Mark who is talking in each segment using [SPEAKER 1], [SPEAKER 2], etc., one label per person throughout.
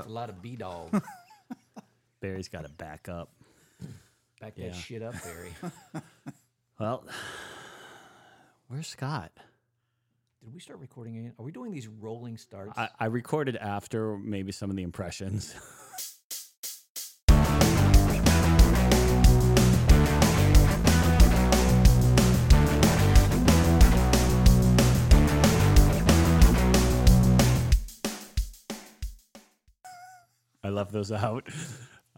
[SPEAKER 1] A lot of B dog.
[SPEAKER 2] Barry's got to back up.
[SPEAKER 1] Back
[SPEAKER 2] Yeah.
[SPEAKER 1] that shit up, Barry.
[SPEAKER 2] Well, where's Scott?
[SPEAKER 1] Did we start recording again? Are we doing these rolling starts?
[SPEAKER 2] I, I recorded after maybe some of the impressions. I left those out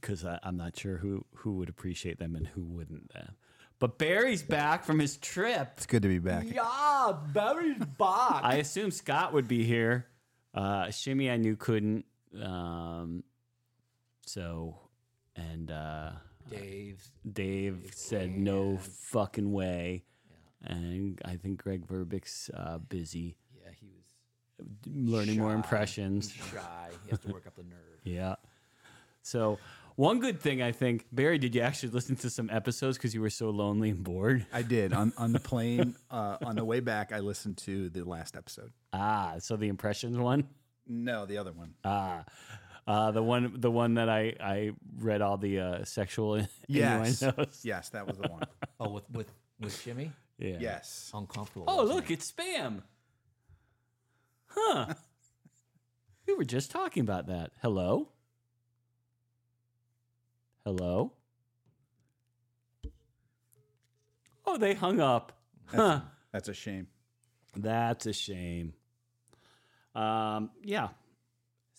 [SPEAKER 2] because I'm not sure who, who would appreciate them and who wouldn't. uh. But Barry's back from his trip.
[SPEAKER 3] It's good to be back.
[SPEAKER 1] yeah, Barry's back.
[SPEAKER 2] I assume Scott would be here. Uh, Shimmy, I knew couldn't. Um, so, and uh,
[SPEAKER 1] Dave.
[SPEAKER 2] Dave said no fucking way. And I think Greg Verbick's uh, busy
[SPEAKER 1] Yeah, he was
[SPEAKER 2] learning more
[SPEAKER 1] Shy.
[SPEAKER 2] impressions.
[SPEAKER 1] shy. He has to work up the nerve.
[SPEAKER 2] Yeah. So, one good thing I think, Barry, did you actually listen to some episodes because you were so lonely and bored?
[SPEAKER 3] I did on on the plane uh, on the way back. I listened to the last episode.
[SPEAKER 2] Ah, so the impressions one.
[SPEAKER 3] No, the other one.
[SPEAKER 2] Ah, uh, the one, the one that I I read all the uh, sexual
[SPEAKER 3] yes,
[SPEAKER 2] innuendos.
[SPEAKER 3] yes, that was the one.
[SPEAKER 1] Oh, with with with Jimmy,
[SPEAKER 2] Yeah.
[SPEAKER 3] Yes,
[SPEAKER 1] uncomfortable.
[SPEAKER 2] Oh,
[SPEAKER 1] wasn't
[SPEAKER 2] look, it's spam. Huh. we were just talking about that. Hello. Hello. Oh, they hung up. Huh.
[SPEAKER 3] that's a shame.
[SPEAKER 2] That's a shame. Um. Yeah.
[SPEAKER 1] it?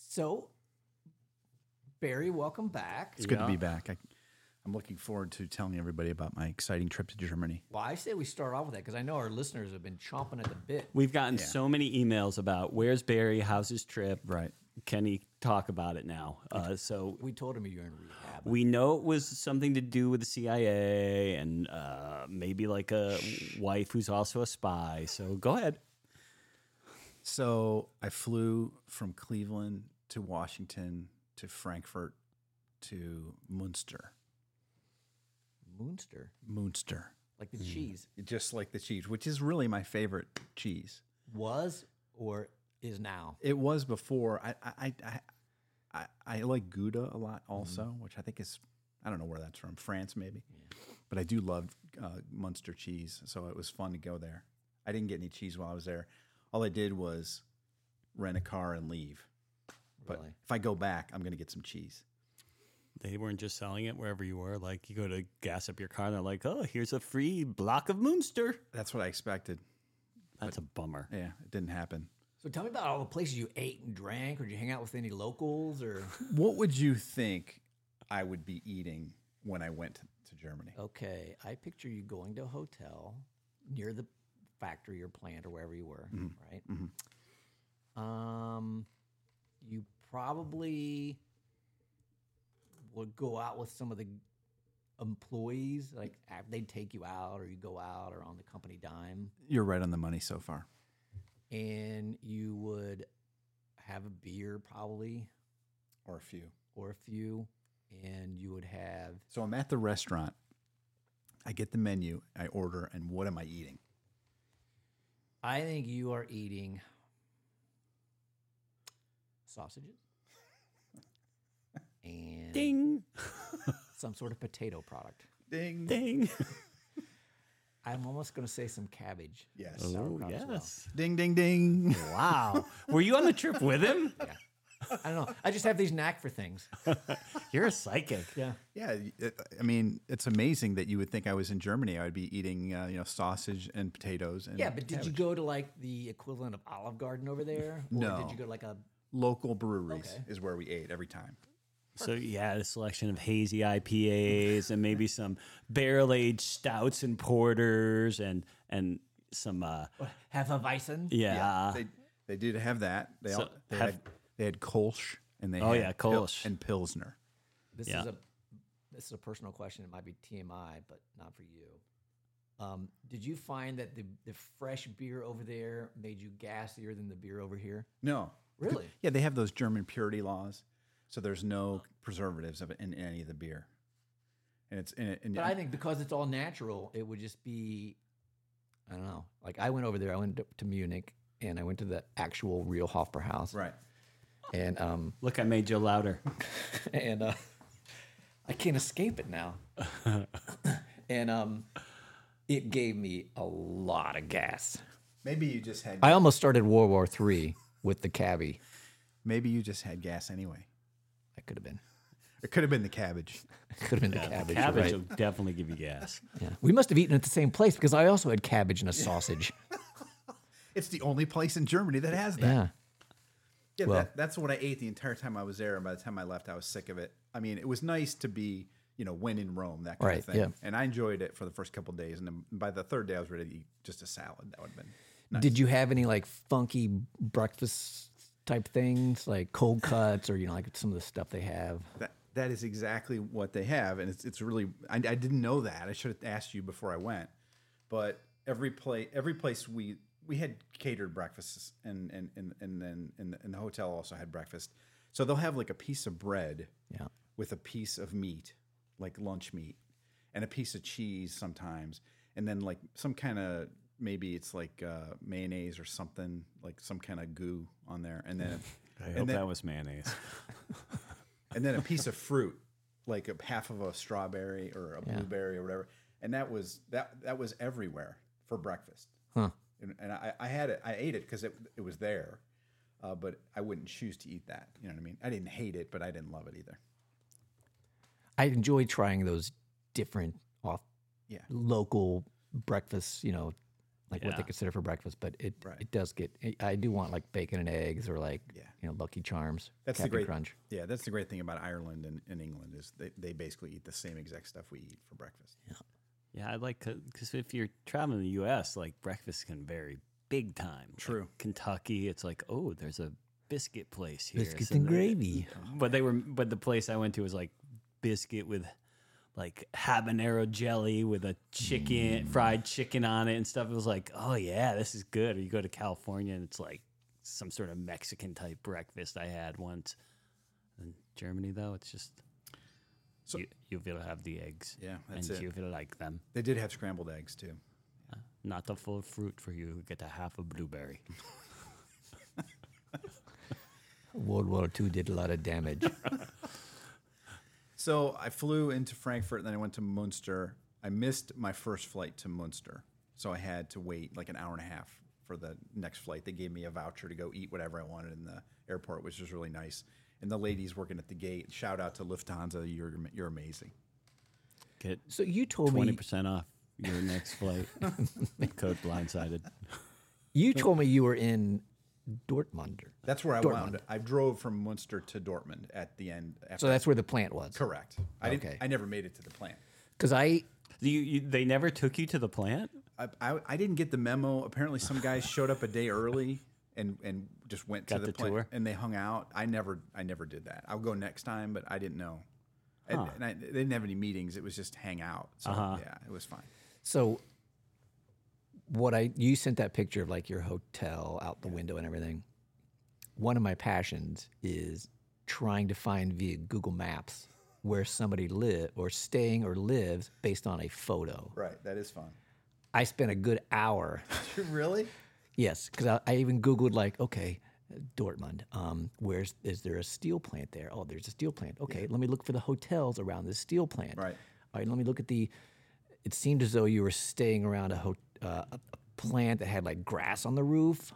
[SPEAKER 1] So, Barry, welcome back.
[SPEAKER 3] It's good
[SPEAKER 2] Yeah.
[SPEAKER 3] to be back. I, I'm looking forward to telling everybody about my exciting trip to Germany.
[SPEAKER 1] Well, I say we start off with that because I know our listeners have been chomping at the bit.
[SPEAKER 2] We've gotten so many emails about where's Barry, how's his trip,
[SPEAKER 3] Right.
[SPEAKER 2] can he talk about it now? Uh, so
[SPEAKER 1] We told him you're in rehab.
[SPEAKER 2] we know it was something to do with the CIA and uh, maybe like a wife who's also a spy. So go ahead.
[SPEAKER 3] So I flew from Cleveland to Washington to Frankfurt to Munster.
[SPEAKER 1] Moonster,
[SPEAKER 3] Munster,
[SPEAKER 1] like the
[SPEAKER 2] Hmm.
[SPEAKER 1] cheese,
[SPEAKER 3] just like the cheese, which is really my favorite cheese.
[SPEAKER 1] was or is now.
[SPEAKER 3] It was before. I I I I, I like Gouda a lot also, which I think is I don't know where that's from, France maybe, but I do love uh, Munster cheese, so it was fun to go there. I didn't get any cheese while I was there. All I did was rent a car and leave. But
[SPEAKER 1] Really?
[SPEAKER 3] if I go back, I'm going to get some cheese.
[SPEAKER 2] They weren't just selling it wherever you were. Like you go to gas up your car and they're like, oh, here's a free block of Moonster.
[SPEAKER 3] That's what I expected.
[SPEAKER 2] That's a bummer.
[SPEAKER 3] Yeah, it didn't happen.
[SPEAKER 1] So tell me about all the places you ate and drank, or did you hang out with any locals, or
[SPEAKER 3] What would you think I would be eating when I went to Germany?
[SPEAKER 1] okay, I picture you going to a hotel near the factory or plant or wherever you were, right? Um, you probably would go out with some of the employees, like af- they'd take you out, or you go out, or on the company dime,
[SPEAKER 3] You're right on the money so far.
[SPEAKER 1] and you would have a beer probably
[SPEAKER 3] Or a few.
[SPEAKER 1] or a few, and you would have
[SPEAKER 3] So I'm at the restaurant. I get the menu, I order, and what am I eating?
[SPEAKER 1] I think you are eating sausages and
[SPEAKER 2] Ding,
[SPEAKER 1] some sort of potato product.
[SPEAKER 3] Ding.
[SPEAKER 2] ding.
[SPEAKER 1] I'm almost going to say some cabbage.
[SPEAKER 3] Yes.
[SPEAKER 2] oh,
[SPEAKER 1] Sauerkraut as well.
[SPEAKER 2] yes.
[SPEAKER 3] Ding, ding, ding.
[SPEAKER 2] Wow. Were you on the trip with him?
[SPEAKER 1] I don't know. I just have these knack for things.
[SPEAKER 2] You're a psychic.
[SPEAKER 1] Yeah.
[SPEAKER 3] yeah. y- uh, I mean, it's amazing that you would think I was in Germany. I would be eating, uh, you know, sausage and potatoes. And
[SPEAKER 1] Yeah, but did you go to like the equivalent of Olive Garden over there? Or
[SPEAKER 3] No.
[SPEAKER 1] Did you go to like a.
[SPEAKER 3] Local breweries
[SPEAKER 1] Okay.
[SPEAKER 3] is where we ate every time.
[SPEAKER 2] So yeah, a selection of hazy IPAs and maybe some barrel aged stouts and porters and and some uh
[SPEAKER 1] Have a Weizen?
[SPEAKER 2] yeah,
[SPEAKER 3] they, they did have that. They, all, they,
[SPEAKER 2] Ah. have-
[SPEAKER 3] had, they had Kolsch and they
[SPEAKER 2] Oh,
[SPEAKER 3] had
[SPEAKER 2] yeah,
[SPEAKER 3] Pil-
[SPEAKER 2] Kolsch.
[SPEAKER 3] and Pilsner.
[SPEAKER 1] This
[SPEAKER 2] Yeah.
[SPEAKER 1] is a this is a personal question. It might be TMI, but not for you. Um, did you find that the, the fresh beer over there made you gassier than the beer over here?
[SPEAKER 3] No. Because-
[SPEAKER 1] Really?
[SPEAKER 3] Yeah, they have those German purity laws. So there's no preservatives of in any of the beer. And it's and, it- and
[SPEAKER 1] But I think because it's all natural, it would just be I don't know. Like I went over there, I went to, to Munich and I went to the actual real Hofbrauhaus.
[SPEAKER 3] right.
[SPEAKER 1] and um
[SPEAKER 2] Look, I made you louder.
[SPEAKER 1] and uh, I can't escape it now. and um, it gave me a lot of gas.
[SPEAKER 3] Maybe you just had.
[SPEAKER 1] I almost started World War Three with the cabbie.
[SPEAKER 3] Maybe you just had gas anyway.
[SPEAKER 1] That could have been.
[SPEAKER 3] It could have been the cabbage.
[SPEAKER 1] Could have been the cabbage. you're
[SPEAKER 2] Cabbage
[SPEAKER 1] right.
[SPEAKER 2] will definitely give you gas.
[SPEAKER 1] Yeah. We must have eaten at the same place because I also had cabbage and a sausage.
[SPEAKER 3] It's the only place in Germany that has that.
[SPEAKER 1] yeah.
[SPEAKER 3] Yeah,
[SPEAKER 1] Well-
[SPEAKER 3] that, that's what I ate the entire time I was there, and by the time I left, I was sick of it. I mean, it was nice to be, you know, when in Rome, that kind
[SPEAKER 1] Right,
[SPEAKER 3] of thing.
[SPEAKER 1] yeah.
[SPEAKER 3] And I enjoyed it for the first couple of days, and then by the third day, I was ready to eat just a salad. That would have been.
[SPEAKER 1] Did you have any like funky breakfast type things like cold cuts or you know like some of the stuff they have?
[SPEAKER 3] That, that is exactly what they have, and it's it's really. I, I didn't know that. I should have asked you before I went. But every place, every place we we had catered breakfasts, and and and and then and, and the hotel also had breakfast. So they'll have like a piece of bread.
[SPEAKER 1] Yeah.
[SPEAKER 3] with a piece of meat, like lunch meat, and a piece of cheese sometimes, and then like some kind of maybe it's like uh, mayonnaise or something, like some kind of goo on there, and then
[SPEAKER 2] I
[SPEAKER 3] and
[SPEAKER 2] hope
[SPEAKER 3] then,
[SPEAKER 2] that was mayonnaise.
[SPEAKER 3] and then a piece of fruit, like a half of a strawberry or a
[SPEAKER 1] Yeah.
[SPEAKER 3] blueberry or whatever, and that was that that was everywhere for breakfast,
[SPEAKER 1] Huh.
[SPEAKER 3] and, and I, I had it, I ate it because it it was there. Uh, but I wouldn't choose to eat that. You know what I mean? I didn't hate it, but I didn't love it either.
[SPEAKER 1] I enjoy trying those different off
[SPEAKER 3] Yeah.
[SPEAKER 1] local breakfasts, you know, like what
[SPEAKER 2] Yeah.
[SPEAKER 1] they consider for breakfast, but it
[SPEAKER 3] Right.
[SPEAKER 1] it does get I- I do want like bacon and eggs or like
[SPEAKER 3] Yeah.
[SPEAKER 1] you know, Lucky Charms.
[SPEAKER 3] That's the
[SPEAKER 1] Captain
[SPEAKER 3] great-
[SPEAKER 1] crunch.
[SPEAKER 3] Yeah, that's the great thing about Ireland and, and England is they, they basically eat the same exact stuff we eat for breakfast.
[SPEAKER 2] Yeah, I like because if you're traveling in the U.S., like breakfast can vary big time. Like,
[SPEAKER 3] True.
[SPEAKER 2] Kentucky, it's like oh, there's a biscuit place here.
[SPEAKER 1] Biscuits
[SPEAKER 2] So
[SPEAKER 1] and
[SPEAKER 2] the-
[SPEAKER 1] gravy.
[SPEAKER 2] But they were, but the place I went to was like biscuit with like habanero jelly with a chicken, fried chicken on it and stuff. It was like, oh yeah, this is good. Or you go to California and it's like some sort of Mexican type breakfast I had once. In Germany though, it's just.
[SPEAKER 3] So-
[SPEAKER 2] you, you will have the eggs,
[SPEAKER 3] Yeah,
[SPEAKER 2] and
[SPEAKER 3] that's it.
[SPEAKER 2] you will like them.
[SPEAKER 3] They did have scrambled eggs too.
[SPEAKER 2] Not a full fruit for you. You Get a half a blueberry.
[SPEAKER 1] World War II did a lot of damage.
[SPEAKER 3] So I flew into Frankfurt, then I went to Munster. I missed my first flight to Munster, so I had to wait like an hour and a half for the next flight. They gave me a voucher to go eat whatever I wanted in the airport, which was really nice. And the ladies working at the gate, shout out to Lufthansa, you're you're amazing.
[SPEAKER 2] Get
[SPEAKER 1] so you told
[SPEAKER 2] twenty
[SPEAKER 1] me
[SPEAKER 2] percent off your next flight. Code blindsided.
[SPEAKER 1] you told me you were in Dortmund.
[SPEAKER 3] That's where I wound. I drove from Munster to Dortmund at the end.
[SPEAKER 1] So
[SPEAKER 3] After,
[SPEAKER 1] that's where the plant was.
[SPEAKER 3] correct. I
[SPEAKER 1] Okay.
[SPEAKER 3] didn't, I never made it to the plant.
[SPEAKER 1] Cuz I
[SPEAKER 2] You, you, they never took you to the plant.
[SPEAKER 3] I, I, I didn't get the memo. Apparently, some guys showed up a day early and and just went
[SPEAKER 2] Got
[SPEAKER 3] to the,
[SPEAKER 2] the
[SPEAKER 3] plant
[SPEAKER 2] tour?
[SPEAKER 3] and they hung out. I never I never did that. I'll go next time, but I didn't know. And, and I, they didn't have any meetings. It was just hang out. So
[SPEAKER 2] Uh-huh.
[SPEAKER 3] yeah, it was fine.
[SPEAKER 1] So what I you sent that picture of like your hotel out the window and everything. One of my passions is trying to find via Google Maps where somebody live or staying or lives based on a photo.
[SPEAKER 3] Right, that is fun.
[SPEAKER 1] I spent a good hour.
[SPEAKER 3] really?
[SPEAKER 1] yes, because I, I even Googled like, okay, Dortmund. Um, where's is there a steel plant there? Oh, there's a steel plant. Okay, let me look for the hotels around this steel plant.
[SPEAKER 3] Right.
[SPEAKER 1] All right, let me look at the. It seemed as though you were staying around a, ho- uh, a a plant that had like grass on the roof,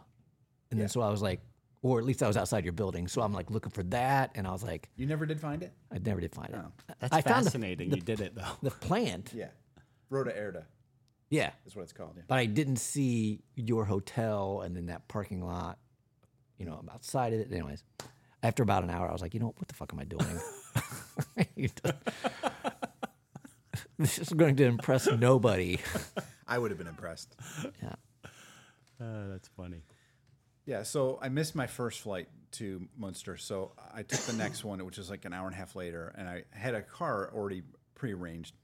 [SPEAKER 1] and then so I was like, or at least I was outside your building, so I'm like looking for that, and I was like,
[SPEAKER 3] You never did find it?
[SPEAKER 1] I never did find it.
[SPEAKER 2] That's
[SPEAKER 1] I found the,
[SPEAKER 2] fascinating. you did it though.
[SPEAKER 1] the plant.
[SPEAKER 3] Oh, Yeah. Rota Erda
[SPEAKER 1] yeah,
[SPEAKER 3] is what it's called. Yeah.
[SPEAKER 1] but I didn't see your hotel and then that parking lot, you know, outside of it. Anyways, after about an hour, I was like, you know what? What the fuck am I doing? this is going to impress nobody.
[SPEAKER 3] I would have been impressed.
[SPEAKER 1] Yeah.
[SPEAKER 2] Uh, that's funny.
[SPEAKER 3] Yeah, so I missed my first flight to Munster, so I took the next one, which was like an hour and a half later, and I had a car already prearranged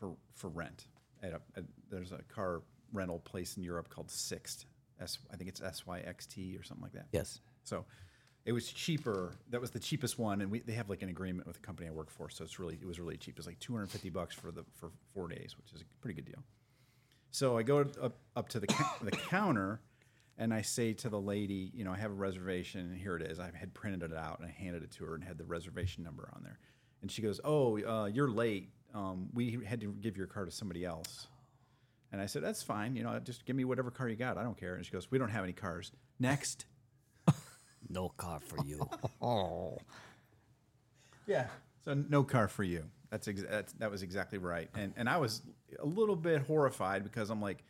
[SPEAKER 3] for for, for rent. At a, at, there's a car rental place in Europe called Sixt. S, I think it's S Y X T or something like that.
[SPEAKER 1] Yes.
[SPEAKER 3] So it was cheaper. That was the cheapest one, and we, they have like an agreement with the company I work for, so it's really it was really cheap. It's like 250 bucks for the for four days, which is a pretty good deal. So I go up, up to the, cou- the counter, and I say to the lady, you know, I have a reservation, and here it is. I had printed it out and I handed it to her and had the reservation number on there. And she goes, "Oh, uh, you're late. Um, we had to give your car to somebody else." And I said, "That's fine. You know, just give me whatever car you got. I don't care." And she goes, "We don't have any cars. Next."
[SPEAKER 2] No car for you.
[SPEAKER 1] Oh,
[SPEAKER 3] Yeah. So no car for you. That's, ex- that's that was exactly right. And and I was a little bit horrified because I'm like,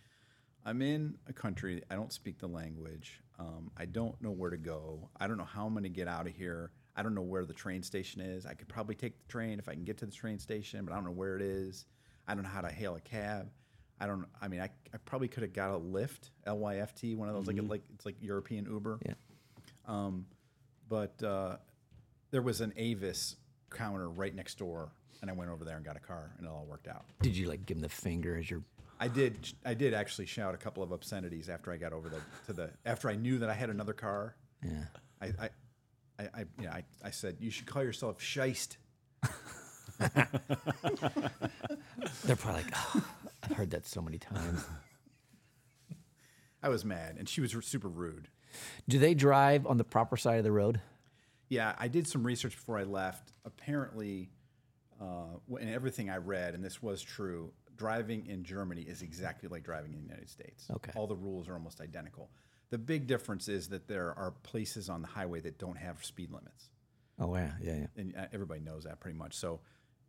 [SPEAKER 3] I'm in a country. I don't speak the language. Um, I don't know where to go. I don't know how I'm going to get out of here. I don't know where the train station is. I could probably take the train if I can get to the train station, but I don't know where it is. I don't know how to hail a cab. I don't. I mean, I, I probably could have got a Lyft, L Y F T, one of those like like it's like European Uber
[SPEAKER 1] yeah.
[SPEAKER 3] but uh, there was an Avis counter right next door, and I went over there and got a car, and it all worked out.
[SPEAKER 1] Did you like give him the finger as you're?
[SPEAKER 3] I did. I did actually shout a couple of obscenities after I got over the, to the after I knew that I had another car.
[SPEAKER 1] Yeah.
[SPEAKER 3] I, I, I, I yeah, I, I said you should call yourself Scheist.
[SPEAKER 1] They're probably like, "Oh, I've heard that so many times.
[SPEAKER 3] I was mad, and she was r- super rude.
[SPEAKER 1] Do they drive on the proper side of the road?
[SPEAKER 3] Yeah, I did some research before I left. Apparently, uh, wh- and everything I read, and this was true, driving in Germany is exactly like driving in the United States.
[SPEAKER 1] Okay.
[SPEAKER 3] All the rules are almost identical. The big difference is that there are places on the highway that don't have speed limits,
[SPEAKER 1] Oh yeah, yeah, yeah.
[SPEAKER 3] and uh, everybody knows that pretty much. So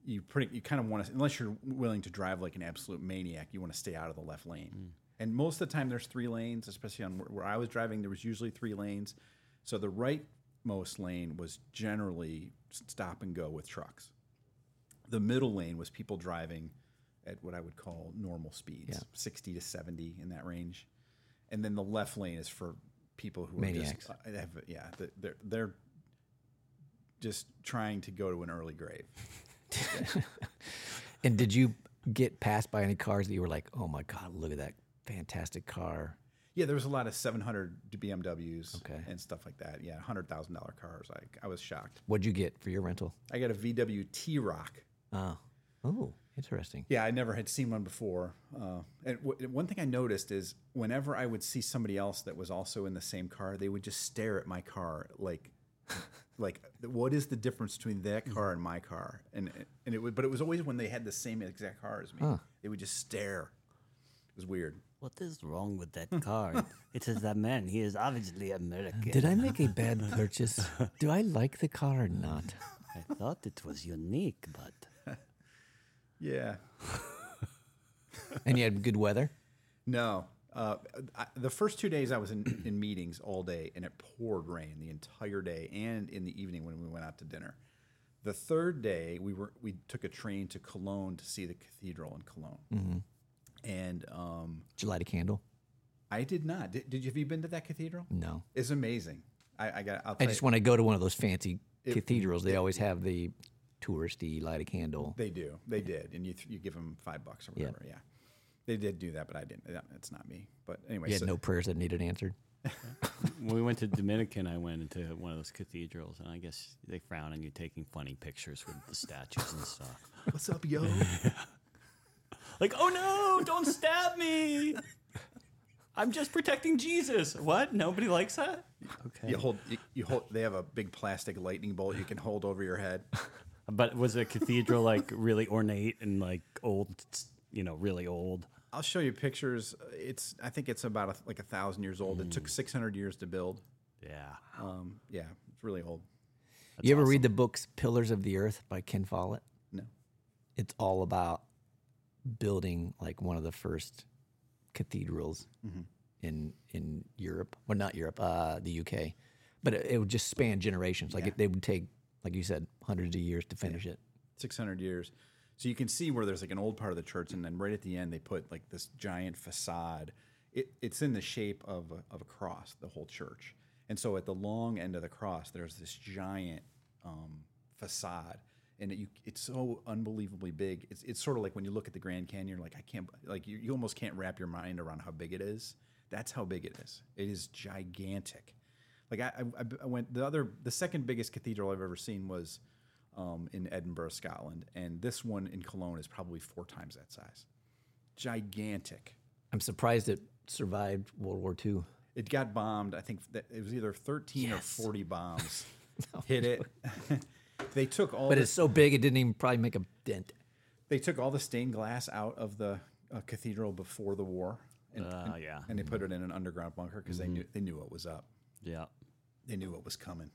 [SPEAKER 3] you pretty you kind of want to, unless you're willing to drive like an absolute maniac, you want to stay out of the left lane.
[SPEAKER 1] Mm.
[SPEAKER 3] And most of the time, there's three lanes, especially on where, where I was driving. There was usually three lanes, so the rightmost lane was generally s- stop and go with trucks the middle lane was people driving at what I would call normal speeds, 60 to 70 in that range. And then the left lane is for people who
[SPEAKER 1] Maniacs.
[SPEAKER 3] are just, uh, have, yeah, th- they're, they're just trying to go to an early grave.
[SPEAKER 1] And did you get passed by any cars that you were like, oh my god, look at that fantastic car?
[SPEAKER 3] Yeah, there was a lot of 700 BMWs
[SPEAKER 1] Okay.
[SPEAKER 3] and stuff like that. Yeah, $100,000 cars. I, I was shocked.
[SPEAKER 1] What'd you get for your rental?
[SPEAKER 3] I got a VW T Rock.
[SPEAKER 1] Oh, oh, interesting.
[SPEAKER 3] Yeah, I never had seen one before. Uh, and w- one thing I noticed is whenever I would see somebody else that was also in the same car, they would just stare at my car like, like what is the difference between that car and my car? And and it would, but it was always when they had the same exact car as me. They would just stare. It was weird.
[SPEAKER 2] What is wrong with that car? it is that man. He is obviously American.
[SPEAKER 1] Did I make a bad purchase? Do I like the car or not?
[SPEAKER 2] I thought it was unique, but
[SPEAKER 3] Yeah.
[SPEAKER 1] And you had good weather.
[SPEAKER 3] No. Uh, I, the first two days I was in, in meetings all day, and it poured rain the entire day, and in the evening when we went out to dinner. The third day we were we took a train to Cologne to see the cathedral in Cologne,
[SPEAKER 1] Mm-hmm.
[SPEAKER 3] and um,
[SPEAKER 1] Did you light a candle?
[SPEAKER 3] I did not. Did, did you have you been to that cathedral?
[SPEAKER 1] No.
[SPEAKER 3] It's amazing. I, I got. I'll
[SPEAKER 1] Mm. I
[SPEAKER 3] tell
[SPEAKER 1] just
[SPEAKER 3] you,
[SPEAKER 1] want to go to one of those fancy cathedrals. They always have the touristy light a candle.
[SPEAKER 3] they do. They did, and you th- you give them five bucks or whatever. Yeah. They did do that, but I didn't. That- It's not me. But anyway,
[SPEAKER 1] You had
[SPEAKER 3] so-
[SPEAKER 1] no prayers that needed answered.
[SPEAKER 2] when we went to Dominican, I went into one of those cathedrals, and I guess they frown on you taking funny pictures with the statues and stuff.
[SPEAKER 3] what's up, yo?
[SPEAKER 2] Like, oh no, don't stab me! I'm just protecting Jesus. What? Nobody likes that? Okay.
[SPEAKER 3] you hold. You, you hold. They have a big plastic lightning bolt you can hold over your head.
[SPEAKER 2] But was the cathedral like really ornate and like old? You know, really old.
[SPEAKER 3] I'll show you pictures. It's I think it's about a, like a thousand years old. It took six hundred years to build.
[SPEAKER 2] Yeah.
[SPEAKER 3] Um, yeah, it's really old.
[SPEAKER 1] you ever read the books Pillars of the Earth by Ken Follett?
[SPEAKER 3] No,
[SPEAKER 1] It's all about building like one of the first cathedrals
[SPEAKER 3] Mm-hmm.
[SPEAKER 1] in in Europe. Well, not Europe, uh, the UK. But it, it would just span generations. Like it, they would take, like you said, hundreds of years to finish it.
[SPEAKER 3] six hundred years. So you can see where there's like an old part of the church, and then right at the end they put like this giant facade. It, it's in the shape of a, of a cross, the whole church. And so at the long end of the cross, there's this giant um, facade, and it, you, it's so unbelievably big. It's, it's sort of like when you look at the Grand Canyon, you're like I can't, like you, you almost can't wrap your mind around how big it is. That's how big it is. It is gigantic. Like I, I, I went the other the second biggest cathedral I've ever seen was um, in Edinburgh, Scotland, and this one in Cologne is probably four times that size. Gigantic.
[SPEAKER 1] I'm surprised it survived World War II.
[SPEAKER 3] It got bombed. I think that it was either 13
[SPEAKER 1] Yes.
[SPEAKER 3] or 40 bombs hit it. they took all
[SPEAKER 1] But
[SPEAKER 3] the
[SPEAKER 1] it's so big, it didn't even probably make a dent.
[SPEAKER 3] they took all the stained glass out of the uh, cathedral before the war, and,
[SPEAKER 2] Uh, yeah.
[SPEAKER 3] and they
[SPEAKER 1] mm.
[SPEAKER 3] put it in an underground bunker because
[SPEAKER 1] Mm-hmm.
[SPEAKER 3] they knew they knew what was up.
[SPEAKER 2] Yeah.
[SPEAKER 3] They knew what was coming,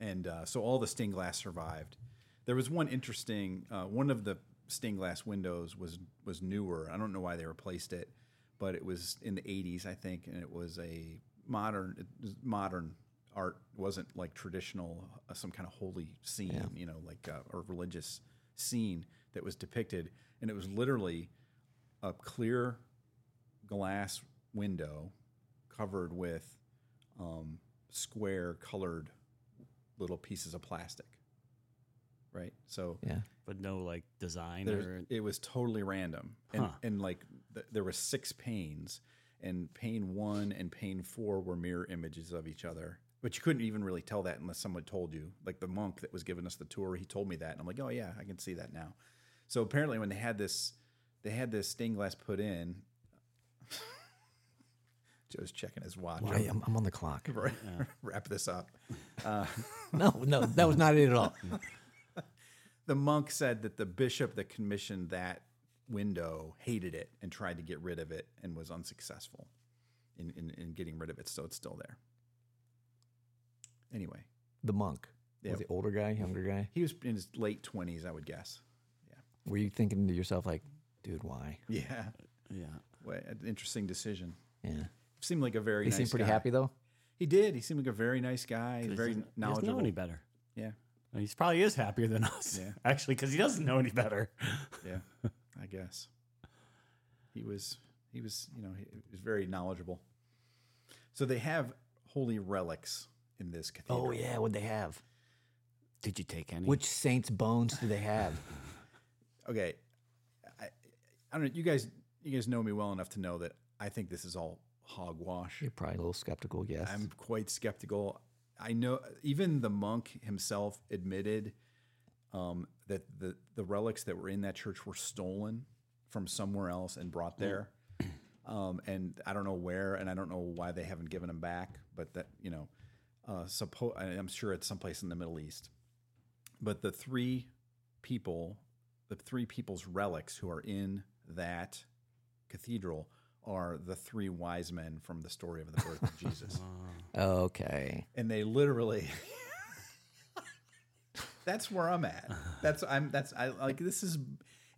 [SPEAKER 3] and uh, so all the stained glass survived. There was one interesting uh, one of the stained glass windows was was newer. I don't know why they replaced it, but it was in the '80s, I think, and it was a modern it was modern art. It wasn't like traditional, uh, some kind of holy scene, you know, like uh, or religious scene that was depicted, and it was literally a clear glass window covered with um, square colored little pieces of plastic. Right? So
[SPEAKER 1] Yeah.
[SPEAKER 2] But no like design
[SPEAKER 3] there-
[SPEAKER 2] or
[SPEAKER 3] it was totally random. And,
[SPEAKER 2] Huh.
[SPEAKER 3] and like th- there were six panes, and pane one and pane four were mirror images of each other. But you couldn't even really tell that unless someone told you. Like the monk that was giving us the tour, he told me that, and I'm like, oh yeah, I can see that now. So apparently, when they had this, they had this stained glass put in. Joe's checking his watch.
[SPEAKER 1] Why? I'm, I'm on the clock.
[SPEAKER 3] Wrap- Wrap this up.
[SPEAKER 1] No, no, that was not it at all.
[SPEAKER 3] the monk said that the bishop that commissioned that window hated it and tried to get rid of it and was unsuccessful in, in, in getting rid of it. So it's still there. Anyway,
[SPEAKER 1] The monk.
[SPEAKER 3] Yeah.
[SPEAKER 1] Was the older guy, younger guy?
[SPEAKER 3] he was in his late 20s, I would guess.
[SPEAKER 1] Were you thinking to yourself, like, dude, why?
[SPEAKER 3] Yeah.
[SPEAKER 2] yeah.
[SPEAKER 3] Well, an interesting decision.
[SPEAKER 1] Yeah.
[SPEAKER 3] Seemed like a very
[SPEAKER 1] He
[SPEAKER 3] nice
[SPEAKER 1] seemed pretty
[SPEAKER 3] guy.
[SPEAKER 1] happy, though.
[SPEAKER 3] He did. He seemed like a very nice guy,
[SPEAKER 2] He
[SPEAKER 3] very
[SPEAKER 2] doesn't- he doesn't know
[SPEAKER 3] knowledgeable.
[SPEAKER 2] any better.
[SPEAKER 3] yeah.
[SPEAKER 2] He probably is happier than us,
[SPEAKER 3] Yeah.
[SPEAKER 2] actually, because he doesn't know any better.
[SPEAKER 3] Yeah. I guess. He was he was, you know, he was very knowledgeable. So they have holy relics in this cathedral.
[SPEAKER 1] Oh, yeah. What'd they have?
[SPEAKER 2] Did you take any?
[SPEAKER 1] Which saint's bones do they have?
[SPEAKER 3] okay I, I don't know you guys you guys know me well enough to know that i think this is all hogwash
[SPEAKER 1] You're probably a little skeptical, yes.
[SPEAKER 3] i'm quite skeptical i know even the monk himself admitted um, that the, the relics that were in that church were stolen from somewhere else and brought there um, and i don't know where and i don't know why they haven't given them back but that you know uh, suppo- I- i'm sure it's someplace in the middle east but the three people, the three people's relics who are in that cathedral are the three wise men from the story of the birth of Jesus.
[SPEAKER 1] okay.
[SPEAKER 3] And they literally That's where I'm at. That's I'm that's I like this is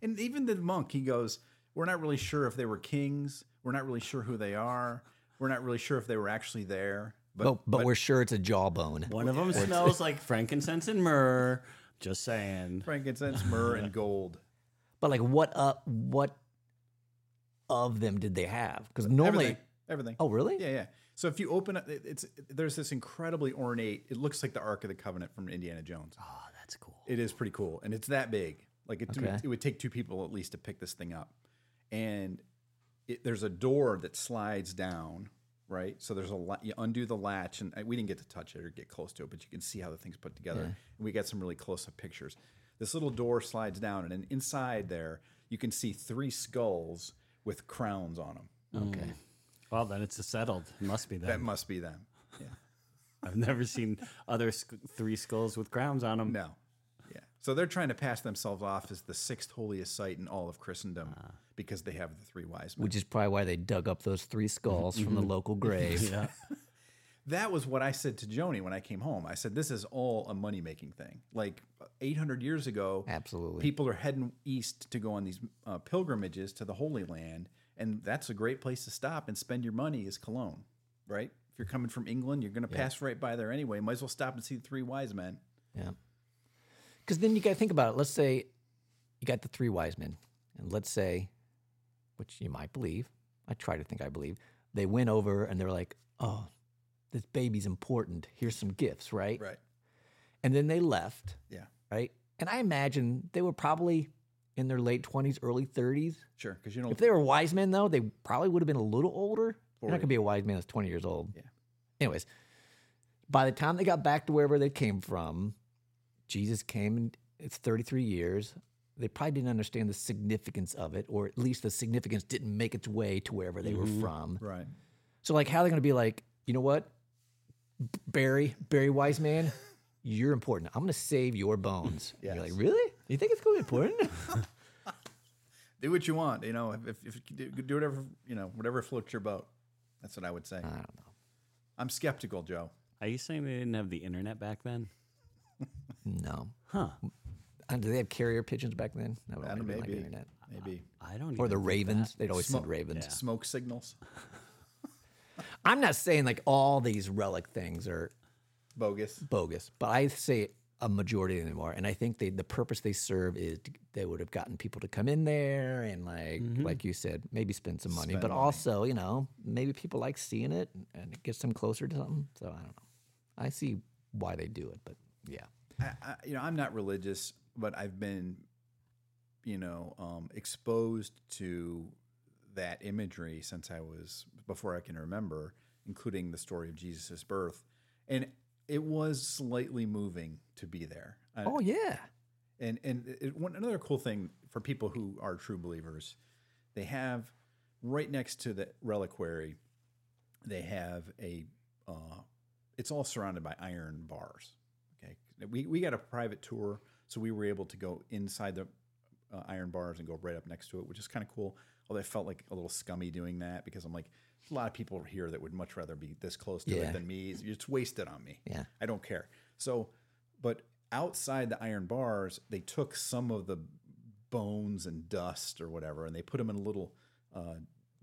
[SPEAKER 3] and even the monk he goes, "We're not really sure if they were kings. We're not really sure who they are. We're not really sure if they were actually there." But,
[SPEAKER 1] But, but, we're sure it's a jawbone.
[SPEAKER 2] One of them smells like frankincense and myrrh. Just saying.
[SPEAKER 3] frankincense, myrrh, and gold.
[SPEAKER 1] But, like, what uh, what of them did they have? Because normally.
[SPEAKER 3] Everything. Everything.
[SPEAKER 1] Oh, really?
[SPEAKER 3] Yeah, yeah. So if you open up, it- it's there's this incredibly ornate. It looks like the Ark of the Covenant from Indiana Jones.
[SPEAKER 2] Oh,
[SPEAKER 1] Ah,
[SPEAKER 2] that's cool.
[SPEAKER 3] It is pretty cool, and it's that big. Like it,
[SPEAKER 1] Okay.
[SPEAKER 3] it would take two people at least to pick this thing up, and it, there's a door that slides down. Right, so there's a la- you undo the latch, and uh, we didn't get to touch it or get close to it, but you can see how the thing's put together. And we got some really close up pictures. This little door slides down, and then inside there, you can see three skulls with crowns on them.
[SPEAKER 1] Okay.
[SPEAKER 2] Well, then it's settled. It must be
[SPEAKER 3] That
[SPEAKER 2] them.
[SPEAKER 3] must be them. Yeah.
[SPEAKER 2] I've never seen other sc- three skulls with crowns on them.
[SPEAKER 3] No. Yeah. So they're trying to pass themselves off as the sixth holiest site in all of Christendom because they have the three wise men.
[SPEAKER 1] Which is probably why they dug up those three skulls from the local grave.
[SPEAKER 2] Yeah.
[SPEAKER 3] that was what I said to Joni when I came home. I said, this is all a money making thing. Like 800 years ago,
[SPEAKER 1] Absolutely.
[SPEAKER 3] people are heading east to go on these uh, pilgrimages to the Holy Land. And that's a great place to stop and spend your money is Cologne, right? If you're coming from England, you're going to pass right by there anyway. Might as well stop and see the three wise men.
[SPEAKER 1] Yeah. Because then you got to think about it. Let's say you got the three wise men, and let's say, which you might believe, I try to think I believe, they went over and they're like, oh, this baby's important. Here's some gifts, right?
[SPEAKER 3] Right.
[SPEAKER 1] And then they left,
[SPEAKER 3] Yeah.
[SPEAKER 1] right? And I imagine they were probably in their late 20s, early 30s.
[SPEAKER 3] Sure. Because you don't.
[SPEAKER 1] If they were wise men, though, they probably would have been a little older. You're not
[SPEAKER 3] 40.
[SPEAKER 1] going to be a wise man that's 20 years old.
[SPEAKER 3] Yeah.
[SPEAKER 1] Anyways, by the time they got back to wherever they came from, Jesus came and it's 33 years. They probably didn't understand the significance of it, or at least the significance didn't make its way to wherever they were from.
[SPEAKER 3] Mm-hmm. right.
[SPEAKER 1] So like, how are they going to be like? You know what, B- Barry Barry Wiseman, you're important. I'm going to save your bones. And You're
[SPEAKER 3] Yes.
[SPEAKER 1] like, really? You think it's going to be important?
[SPEAKER 3] Do what you want. You know, if, if, if you do, do whatever you know, whatever floats your boat. That's what I would say. I don't know. I'm skeptical, Joe.
[SPEAKER 2] Are you saying they didn't have the internet back then?
[SPEAKER 1] no.
[SPEAKER 2] Huh.
[SPEAKER 1] Uh, do they have carrier pigeons back then? That would
[SPEAKER 3] I
[SPEAKER 1] only
[SPEAKER 3] don't
[SPEAKER 1] be
[SPEAKER 3] know,
[SPEAKER 1] like the
[SPEAKER 3] maybe,
[SPEAKER 1] internet.
[SPEAKER 3] maybe
[SPEAKER 2] I don't.
[SPEAKER 1] Or the
[SPEAKER 2] even think
[SPEAKER 1] ravens.
[SPEAKER 2] that-
[SPEAKER 1] They'd always
[SPEAKER 3] Smoke-
[SPEAKER 1] send ravens.
[SPEAKER 2] Yeah.
[SPEAKER 3] smoke signals,
[SPEAKER 1] I'm not saying like all these relic things are
[SPEAKER 3] bogus.
[SPEAKER 1] bogus, but I say a majority of them are. And I think they, the purpose they serve is to- they would have gotten people to come in there and like
[SPEAKER 2] Mm-hmm.
[SPEAKER 1] like you said, maybe spend some money,
[SPEAKER 3] Spend
[SPEAKER 1] but
[SPEAKER 3] money.
[SPEAKER 1] also you know maybe people like seeing it and it gets them closer to something. So I don't know. I see why they do it, but yeah,
[SPEAKER 3] I, I, you know, I'm not religious, but I've been, you know, um, exposed to that imagery since I was before I can remember, including the story of Jesus' birth, and it was slightly moving to be there. I-
[SPEAKER 1] oh yeah,
[SPEAKER 3] and and it, one another cool thing for people who are true believers, they have right next to the reliquary, they have a. Uh, it's all surrounded by iron bars. Okay, we we got a private tour, so we were able to go inside the uh, iron bars and go right up next to it, which is kind of cool. Although I felt like a little scummy doing that because I'm like, there's a lot of people here that would much rather be this close to
[SPEAKER 1] Yeah.
[SPEAKER 3] it than me. It's- It's wasted on me.
[SPEAKER 1] Yeah.
[SPEAKER 3] I don't care. So, but outside the iron bars, they took some of the bones and dust or whatever, and they put them in a little uh,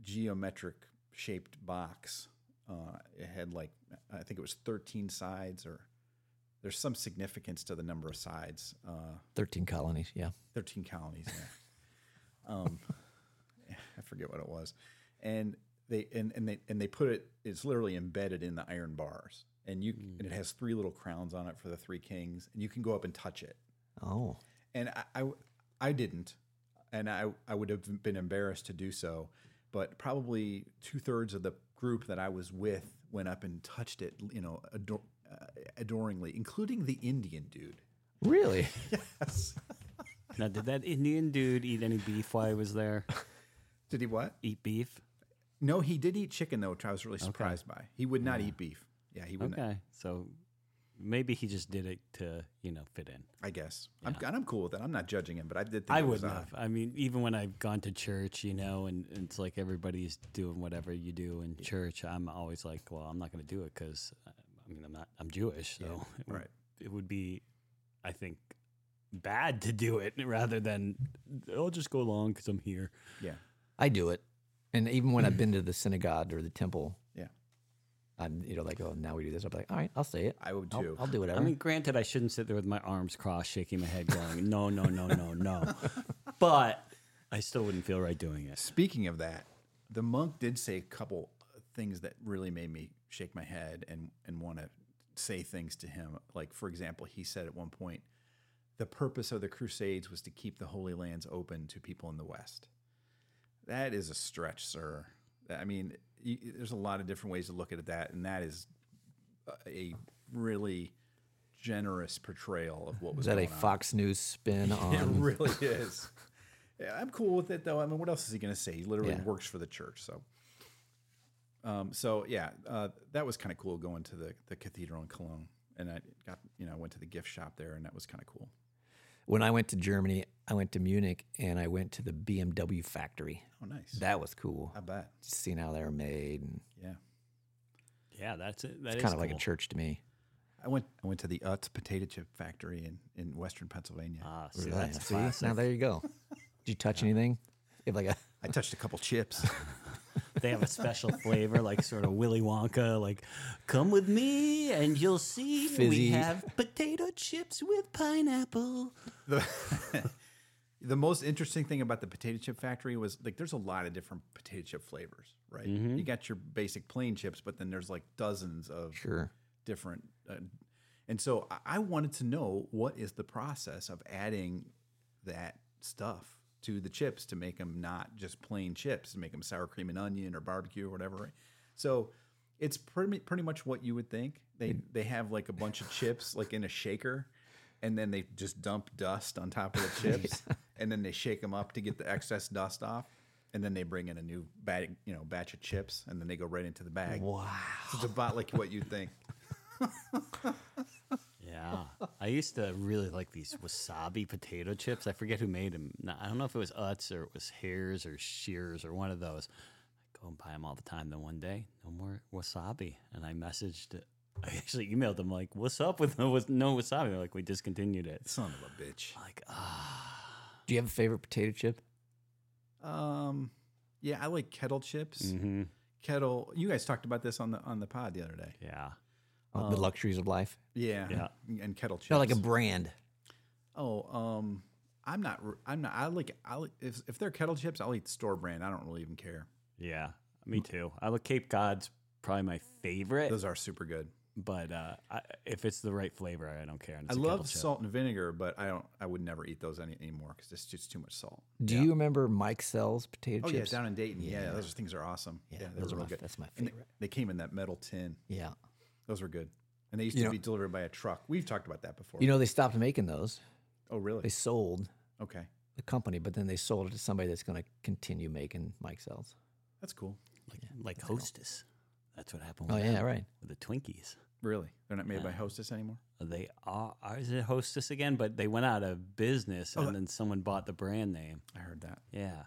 [SPEAKER 3] geometric shaped box. Uh, it had like I think it was 13 sides, or there's some significance to the number of sides. Uh,
[SPEAKER 1] thirteen colonies, yeah.
[SPEAKER 3] 13 colonies. Yeah. um, I forget what it was. And they and, and they and they put it it's literally embedded in the iron bars. And you and it has three little crowns on it for the three kings and you can go up and touch it.
[SPEAKER 1] Oh,
[SPEAKER 3] And I I, I didn't and I I would have been embarrassed to do so, but probably two-thirds of the group that I was with went up and touched it, you know, ador- uh, adoringly, including the Indian dude.
[SPEAKER 1] really?
[SPEAKER 2] Now, did that Indian dude eat any beef while he was there?
[SPEAKER 3] Did he what?
[SPEAKER 2] Eat beef?
[SPEAKER 3] No, he did eat chicken though, which I was really surprised by. He would not eat beef. Yeah, he wouldn't.
[SPEAKER 2] Okay, so maybe he just did it to you know fit in.
[SPEAKER 3] I guess. I'm, and I'm cool with it. I'm not judging him, but I did. Think
[SPEAKER 2] I
[SPEAKER 3] it was uh,
[SPEAKER 2] wouldn't
[SPEAKER 3] odd.
[SPEAKER 2] have. I mean, even when I've gone to church, you know, and and it's like everybody's doing whatever you do in church. I'm always like, well, I'm not going to do it because, I mean, I'm not. I'm Jewish, so it would-
[SPEAKER 3] right.
[SPEAKER 2] it would be, I think, bad to do it rather than I'll just go along because I'm here.
[SPEAKER 3] Yeah,
[SPEAKER 1] I do it, and even when I've been to the synagogue or the temple,
[SPEAKER 3] yeah.
[SPEAKER 1] I'm you know like oh now we do this. I'll be like all right, I'll say it.
[SPEAKER 3] I would
[SPEAKER 1] I'll-
[SPEAKER 3] too.
[SPEAKER 1] I'll, do whatever.
[SPEAKER 2] I mean, granted, I shouldn't sit there with my arms crossed, shaking my head, going, no, no, no, no, no, but I still wouldn't feel right doing it.
[SPEAKER 3] Speaking of that, the monk did say a couple things that really made me shake my head and and want to say things to him. Like for example, he said at one point, the purpose of the Crusades was to keep the Holy Lands open to people in the West. That is a stretch, sir. I mean, you, there's a lot of different ways to look at that, and that is a- a really generous portrayal of what
[SPEAKER 1] Is
[SPEAKER 3] was
[SPEAKER 1] that a
[SPEAKER 3] going on.
[SPEAKER 1] Fox News spin
[SPEAKER 3] It
[SPEAKER 1] on?
[SPEAKER 3] really is. Yeah, I'm cool with it though. I mean, what else is he going to say? He literally
[SPEAKER 1] Yeah.
[SPEAKER 3] works for the church, so. Um, so yeah, uh, that was kind of cool going to the, the cathedral in Cologne, and I got you know I went to the gift shop there, and that was kind of cool.
[SPEAKER 1] When I went to Germany, I went to Munich and I went to the BMW factory.
[SPEAKER 3] Oh, nice.
[SPEAKER 1] That was cool.
[SPEAKER 3] I bet.
[SPEAKER 1] Seeing how they were made, and
[SPEAKER 3] Yeah,
[SPEAKER 2] Yeah, that's it. That
[SPEAKER 1] it's
[SPEAKER 2] is
[SPEAKER 1] kind of like a
[SPEAKER 2] cool.
[SPEAKER 1] church to me.
[SPEAKER 3] I went I went to the Utz potato chip factory in in Western Pennsylvania.
[SPEAKER 2] Ah, see,
[SPEAKER 1] Really.
[SPEAKER 2] that's
[SPEAKER 1] See?
[SPEAKER 2] classic.
[SPEAKER 1] Now there you go. Did you touch anything? If like a
[SPEAKER 3] I touched a couple
[SPEAKER 1] Uh.
[SPEAKER 3] chips.
[SPEAKER 2] they have a special flavor, like sort of Willy Wonka, like "Come with me and you'll see
[SPEAKER 1] Fizzy.
[SPEAKER 2] we have potato chips with pineapple."
[SPEAKER 3] the most interesting thing about the potato chip factory was like there's a lot of different potato chip flavors, right?
[SPEAKER 1] Mm-hmm.
[SPEAKER 3] You got your basic plain chips, but then there's like dozens of
[SPEAKER 1] sure,
[SPEAKER 3] different. Uh, and so I- I wanted to know what is the process of adding that stuff to the chips to make them not just plain chips, to make them sour cream and onion or barbecue or whatever. right? So it's pretty pretty much what you would think. They they have like a bunch of chips like in a shaker, and then they just dump dust on top of the chips, and then they shake them up to get the excess dust off. and then they bring in a new bag, you know, batch of chips, and then they go right into the bag.
[SPEAKER 1] Wow.
[SPEAKER 3] It's about like what you think.
[SPEAKER 2] Yeah. I used to really like these wasabi potato chips. I forget who made them. No, I don't know if it was Utz or it was Hares or Shears or one of those. I go and buy them all the time. Then one day, no more wasabi. And I messaged I actually emailed them like, "What's up with the was no wasabi?" They're like, "We discontinued it."
[SPEAKER 3] Son of a bitch.
[SPEAKER 2] I'm like, ah,
[SPEAKER 1] Do you have a favorite potato chip?
[SPEAKER 3] Um, yeah, I like kettle chips. Kettle. You guys talked about this on the on the pod the other day.
[SPEAKER 2] yeah,
[SPEAKER 1] Like Uh, the luxuries of life?
[SPEAKER 3] Yeah,
[SPEAKER 2] Yeah.
[SPEAKER 3] and kettle chips.
[SPEAKER 1] No, like a brand.
[SPEAKER 3] oh, um, I'm not. r- I'm not. I like. I like, if if they're kettle chips, I'll eat store brand. I don't really even care.
[SPEAKER 2] yeah. Me too. I look Cape Cod's probably my favorite,
[SPEAKER 3] Those are super good.
[SPEAKER 2] but uh, I, if it's the right flavor, I don't care. And
[SPEAKER 3] I
[SPEAKER 2] it's a kettle
[SPEAKER 3] love
[SPEAKER 2] chip.
[SPEAKER 3] salt and vinegar, but I don't. I would never eat those any, anymore because it's just too much salt.
[SPEAKER 1] Do you remember Mike Sells potato
[SPEAKER 3] Oh
[SPEAKER 1] chips?
[SPEAKER 3] yeah, down in Dayton. Yeah, those things are awesome. Yeah, they're
[SPEAKER 1] those are
[SPEAKER 3] real
[SPEAKER 1] my-
[SPEAKER 3] good.
[SPEAKER 1] that's my
[SPEAKER 3] And they-
[SPEAKER 1] favorite.
[SPEAKER 3] They came in that metal tin.
[SPEAKER 1] yeah.
[SPEAKER 3] Those were good, and they used
[SPEAKER 1] You
[SPEAKER 3] to
[SPEAKER 1] know-
[SPEAKER 3] be delivered by a truck. We've talked about that before.
[SPEAKER 1] You know, they stopped making those.
[SPEAKER 3] oh
[SPEAKER 1] They
[SPEAKER 3] really?
[SPEAKER 1] sold
[SPEAKER 3] Okay,
[SPEAKER 1] the company, but then they sold it to somebody that's going to continue making Mike Sells.
[SPEAKER 3] that's cool.
[SPEAKER 2] like, like Hostess. That's what happened.
[SPEAKER 1] Oh,
[SPEAKER 2] with
[SPEAKER 1] yeah,
[SPEAKER 2] them,
[SPEAKER 1] right.
[SPEAKER 2] with the Twinkies.
[SPEAKER 3] Really, they're not made by Hostess anymore.
[SPEAKER 2] They are, are is it Hostess again? But they went out of business, and then someone bought the brand name.
[SPEAKER 3] I heard that.
[SPEAKER 2] Yeah,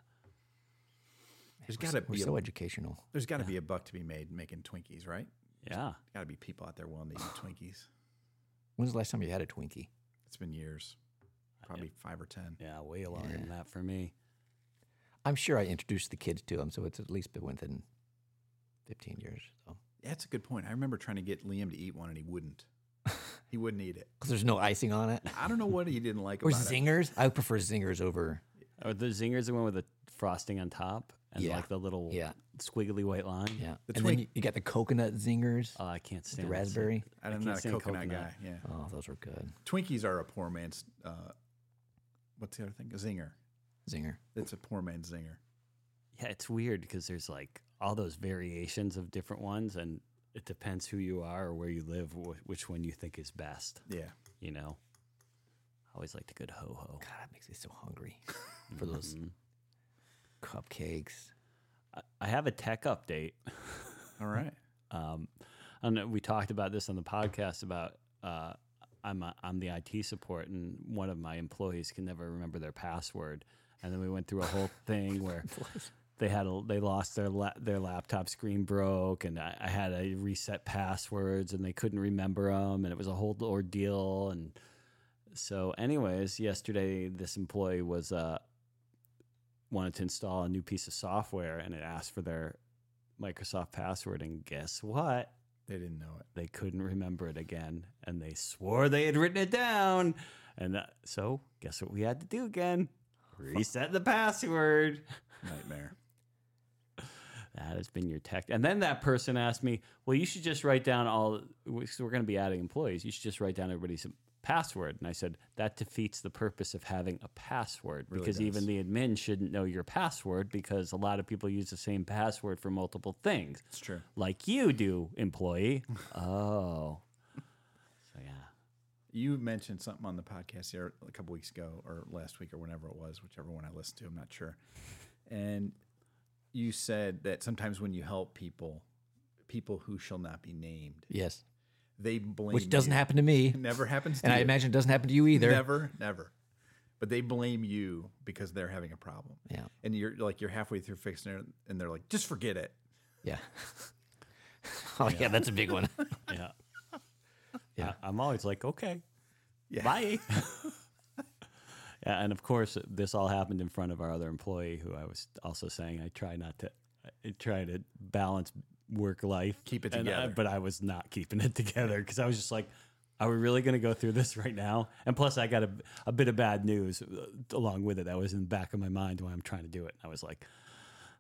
[SPEAKER 3] There's got to
[SPEAKER 1] We're
[SPEAKER 3] be a,
[SPEAKER 1] so educational.
[SPEAKER 3] there's got to be a buck to be made making Twinkies, right?
[SPEAKER 2] yeah.
[SPEAKER 3] Got to be people out there willing to eat Twinkies.
[SPEAKER 1] When's the last time you had a Twinkie?
[SPEAKER 3] It's been years, probably five or ten.
[SPEAKER 2] Yeah, way longer than that for me.
[SPEAKER 1] I'm sure I introduced the kids to them, so it's at least been within 15 years. So.
[SPEAKER 3] That's a good point. I remember trying to get Liam to eat one, and he wouldn't. he wouldn't eat it.
[SPEAKER 1] Because there's no icing on it.
[SPEAKER 3] I don't know what he didn't like
[SPEAKER 1] Or
[SPEAKER 3] about it.
[SPEAKER 1] zingers. I prefer zingers over.
[SPEAKER 2] Are the zingers the one with the frosting on top and
[SPEAKER 1] Yeah.
[SPEAKER 2] like the little
[SPEAKER 1] Yeah.
[SPEAKER 2] squiggly white line?
[SPEAKER 1] Yeah.
[SPEAKER 3] The
[SPEAKER 1] and
[SPEAKER 3] twink-
[SPEAKER 1] then you, you got the coconut zingers,
[SPEAKER 2] Oh, I can't
[SPEAKER 1] the
[SPEAKER 2] stand that shit.
[SPEAKER 1] raspberry.
[SPEAKER 3] I don't
[SPEAKER 2] can't
[SPEAKER 3] know, a
[SPEAKER 2] stand
[SPEAKER 3] coconut,
[SPEAKER 2] coconut.
[SPEAKER 3] guy. Yeah,
[SPEAKER 1] Oh, those were good.
[SPEAKER 3] Twinkies are a poor man's. Uh, what's the other thing? A zinger.
[SPEAKER 1] Zinger.
[SPEAKER 3] It's a poor man's zinger.
[SPEAKER 2] Yeah, it's weird because there's like all those variations of different ones, and it depends who you are or where you live, wh- which one you think is best.
[SPEAKER 3] Yeah,
[SPEAKER 2] You know, I always liked a good ho ho.
[SPEAKER 1] God, that makes me so hungry for those cupcakes.
[SPEAKER 2] I, I have a tech update.
[SPEAKER 3] all right.
[SPEAKER 2] Um, I don't know. We talked about this on the podcast about uh, I'm a, I'm the IT support, and one of my employees can never remember their password, and then we went through a whole thing where they had a, they lost their la- their laptop screen broke, and I, I had to reset passwords, and they couldn't remember them, and it was a whole ordeal, and so anyways, yesterday this employee was uh, wanted to install a new piece of software, and it asked for their Microsoft password, and guess what?
[SPEAKER 3] They didn't know it.
[SPEAKER 2] They couldn't remember it again, and they swore they had written it down. And that, so, guess what we had to do again? Reset the password.
[SPEAKER 3] Nightmare.
[SPEAKER 2] That has been your tech. And then that person asked me, "Well, you should just write down all. So we're going to be adding employees. You should just write down everybody's password." And I said, "That defeats the purpose of having a password because
[SPEAKER 3] does.
[SPEAKER 2] even the admin shouldn't know your password because a lot of people use the same password for multiple things."
[SPEAKER 3] It's true.
[SPEAKER 2] like you do, employee. oh. So yeah.
[SPEAKER 3] You mentioned something on the podcast here a couple weeks ago, or last week, or whenever it was, whichever one I listened to. I'm not sure. And you said that sometimes when you help people, people who shall not be named,
[SPEAKER 1] Yes.
[SPEAKER 3] they blame
[SPEAKER 1] Which doesn't
[SPEAKER 3] you.
[SPEAKER 1] happen to me.
[SPEAKER 3] It never happens. To
[SPEAKER 1] And I
[SPEAKER 3] you.
[SPEAKER 1] imagine it doesn't happen to you either.
[SPEAKER 3] never, never. But they blame you because they're having a problem.
[SPEAKER 1] Yeah.
[SPEAKER 3] And you're like you're halfway through fixing it, and they're like, just forget it.
[SPEAKER 1] Yeah. oh, yeah. that's a big one.
[SPEAKER 2] Yeah. yeah. I, am always like, okay.
[SPEAKER 3] Yeah.
[SPEAKER 2] Bye. yeah, and of course this all happened in front of our other employee who I was also saying I try not to I try to balance work life.
[SPEAKER 3] Keep it
[SPEAKER 2] and I-
[SPEAKER 3] together.
[SPEAKER 2] but I was not keeping it together because I was just like are we really going to go through this right now? And plus, I got a, a bit of bad news uh, along with it that was in the back of my mind when I'm trying to do it. And I was like,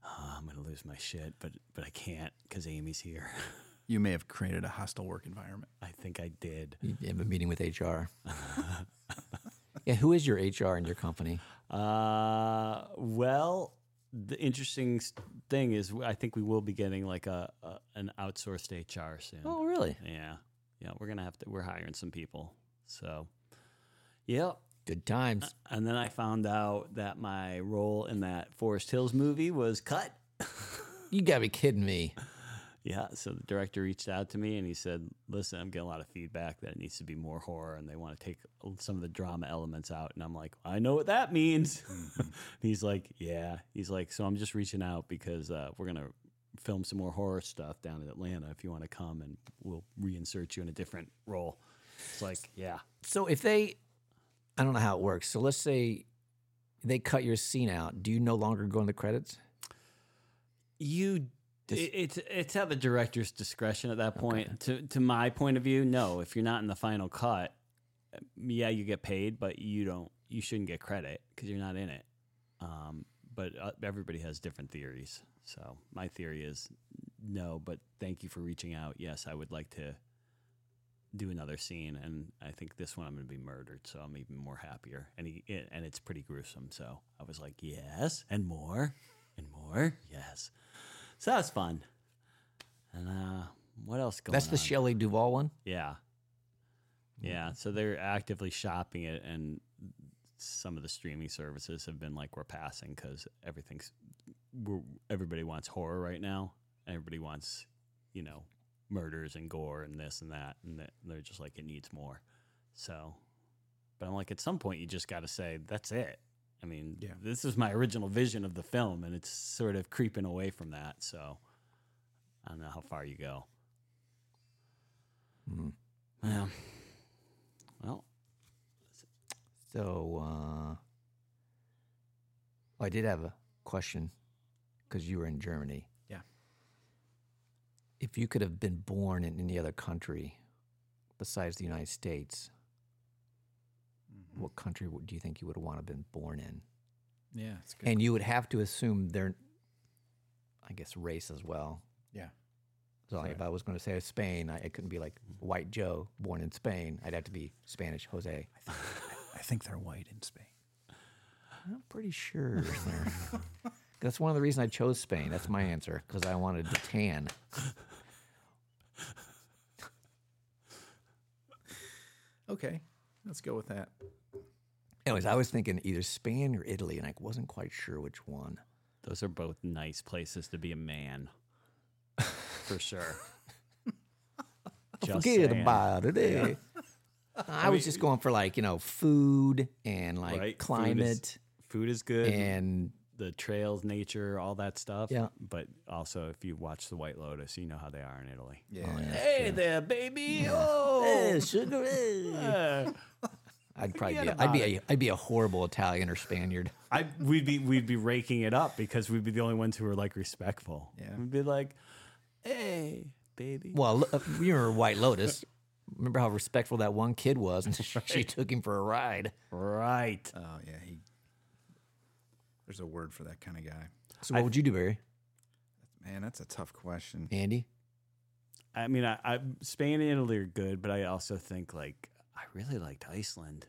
[SPEAKER 2] oh, I'm going to lose my shit, but but I can't because Amy's here.
[SPEAKER 3] You may have created a hostile work environment.
[SPEAKER 2] I think I did.
[SPEAKER 1] You have a meeting with HR. yeah. Who is your HR in your company?
[SPEAKER 2] Uh, well, the interesting s- thing is, I think we will be getting like a, a an outsourced HR soon.
[SPEAKER 1] Oh, really?
[SPEAKER 2] Yeah, yeah, we're gonna have to. We're hiring some people. So, yep.
[SPEAKER 1] Good times.
[SPEAKER 2] And then I found out that my role in that Forest Hills movie was cut.
[SPEAKER 1] You gotta be kidding me.
[SPEAKER 2] Yeah, so the director reached out to me and he said, "Listen, I'm getting a lot of feedback that it needs to be more horror, and they want to take some of the drama elements out." And I'm like, "I know what that means." and he's like, "Yeah." He's like, "So I'm just reaching out because uh, we're gonna film some more horror stuff down in Atlanta. If you want to come, and we'll reinsert you in a different role." It's like, yeah,
[SPEAKER 1] So if they, I don't know how it works. So let's say they cut your scene out. Do you no longer go in the credits?
[SPEAKER 2] you. it- it's it's at the director's discretion at that point. To to my point of view, no. If you're not in the final cut, yeah, you get paid, but you don't. You shouldn't get credit because you're not in it. Um, but uh, everybody has different theories. So my theory is no. But thank you for reaching out. Yes, I would like to do another scene, and I think this one I'm going to be murdered, so I'm even more happier. And he it, and it's pretty gruesome. So I was like, yes, and more, and more, yes. So that's fun. And uh, what else going
[SPEAKER 1] That's
[SPEAKER 2] on?
[SPEAKER 1] the Shelley Duvall one.
[SPEAKER 2] Yeah. Yeah. So they're actively shopping it, and some of the streaming services have been like, we're passing because everything's, we're, everybody wants horror right now. Everybody wants, you know, murders and gore and this and that. And that- they're just like, it needs more. So, but I'm like, at some point, you just got to say, that's it. I mean,
[SPEAKER 3] Yeah.
[SPEAKER 2] this is my original vision of the film, and it's sort of creeping away from that. So, I don't know how far you go. Yeah. Well,
[SPEAKER 1] So uh, I did have a question because you were in Germany.
[SPEAKER 3] Yeah.
[SPEAKER 1] If you could have been born in any other country besides the United States,
[SPEAKER 3] Mm-hmm.
[SPEAKER 1] what country would- do you think you would want to have been born in?
[SPEAKER 3] Yeah, it's good.
[SPEAKER 1] And you would have to assume their, I guess, race as well.
[SPEAKER 3] yeah,
[SPEAKER 1] So like, if I was going to say Spain, I, it couldn't be like
[SPEAKER 3] Mm-hmm.
[SPEAKER 1] white Joe born in Spain. I'd have to be Spanish Jose.
[SPEAKER 3] I think they're white in Spain.
[SPEAKER 1] I'm pretty sure. they're- That's one of the reasons I chose Spain. That's my answer because I wanted to tan.
[SPEAKER 3] Okay, let's go with that.
[SPEAKER 1] Oh, Anyways, I was thinking either Spain or Italy, and I wasn't quite sure which one.
[SPEAKER 2] those are both nice places to be a man, for sure. Just
[SPEAKER 1] Forget
[SPEAKER 2] saying.
[SPEAKER 1] about it. eh? I, was just going for like you know food and like
[SPEAKER 2] Right, food is-
[SPEAKER 1] climate
[SPEAKER 2] Food is good,
[SPEAKER 1] and
[SPEAKER 2] the trails, nature, all that stuff.
[SPEAKER 1] Yeah.
[SPEAKER 2] But also, if you watch The White Lotus, you know how they are in Italy.
[SPEAKER 3] Yeah,
[SPEAKER 2] Hey there, baby! Oh,
[SPEAKER 1] Eh, sugar. eh.
[SPEAKER 2] uh,
[SPEAKER 1] I'd probably be a, I'd be a, I'd be a horrible Italian or Spaniard.
[SPEAKER 2] I we'd be we'd be raking it up because we'd be the only ones who were like respectful.
[SPEAKER 3] Yeah.
[SPEAKER 2] We'd be like, "Hey, baby."
[SPEAKER 1] Well, uh, you remember White Lotus? Remember how respectful that one kid was, and she took him for a ride.
[SPEAKER 2] Right.
[SPEAKER 3] Oh yeah, he. There's a word for that kind of guy.
[SPEAKER 1] So what would you do, Barry?
[SPEAKER 3] Man, that's a tough question.
[SPEAKER 1] Andy?
[SPEAKER 2] I mean, I, I Spain and Italy are good, but I also think like I really liked Iceland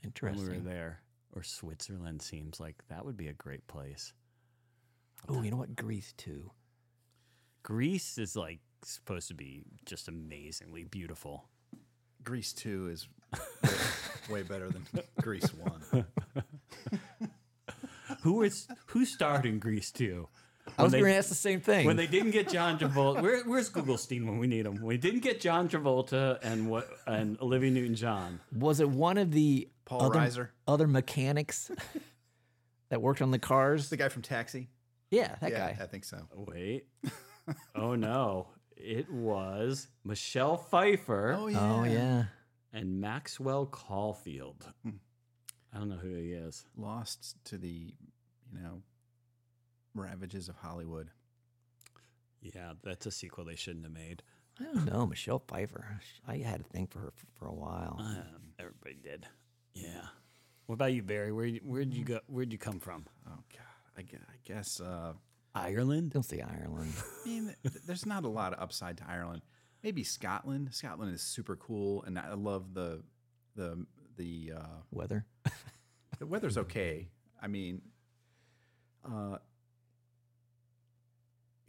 [SPEAKER 2] when we
[SPEAKER 1] Interesting.
[SPEAKER 2] were there, or Switzerland seems like that would be a great place.
[SPEAKER 1] Oh, you know what? Greece too.
[SPEAKER 2] Greece is like supposed to be just amazingly beautiful.
[SPEAKER 3] Greece two is way, way better than Greece one.
[SPEAKER 2] Who is who starred in Greece too?
[SPEAKER 1] I was
[SPEAKER 2] they-
[SPEAKER 1] going to ask the same thing.
[SPEAKER 2] When they didn't get John Travolta, where, where's Googlestein when we need him? We didn't get John Travolta and what and Olivia Newton-John.
[SPEAKER 1] was it one of the
[SPEAKER 3] Paul
[SPEAKER 1] other,
[SPEAKER 3] Reiser?
[SPEAKER 1] other mechanics that worked on the cars?
[SPEAKER 3] The guy from Taxi.
[SPEAKER 1] Yeah, that
[SPEAKER 3] yeah,
[SPEAKER 1] guy.
[SPEAKER 3] I think so.
[SPEAKER 2] Wait, oh no, it was Michelle Pfeiffer.
[SPEAKER 1] Oh yeah.
[SPEAKER 2] and Maxwell Caulfield. I don't know who he is.
[SPEAKER 3] Lost to the, you know, ravages of Hollywood.
[SPEAKER 2] Yeah, that's a sequel they shouldn't have made.
[SPEAKER 1] I don't know Michelle Pfeiffer. I had a thing for her for a while.
[SPEAKER 2] Uh, everybody did. Yeah. What about you, Barry? Where where'd you go? Where'd you come from?
[SPEAKER 3] Oh God, I guess. I guess uh,
[SPEAKER 2] Ireland.
[SPEAKER 1] Don't say Ireland.
[SPEAKER 3] I mean, th- there's not a lot of upside to Ireland. Maybe Scotland. Scotland is super cool, and I love the the the uh,
[SPEAKER 1] Weather.
[SPEAKER 3] the weather's okay. I mean, uh,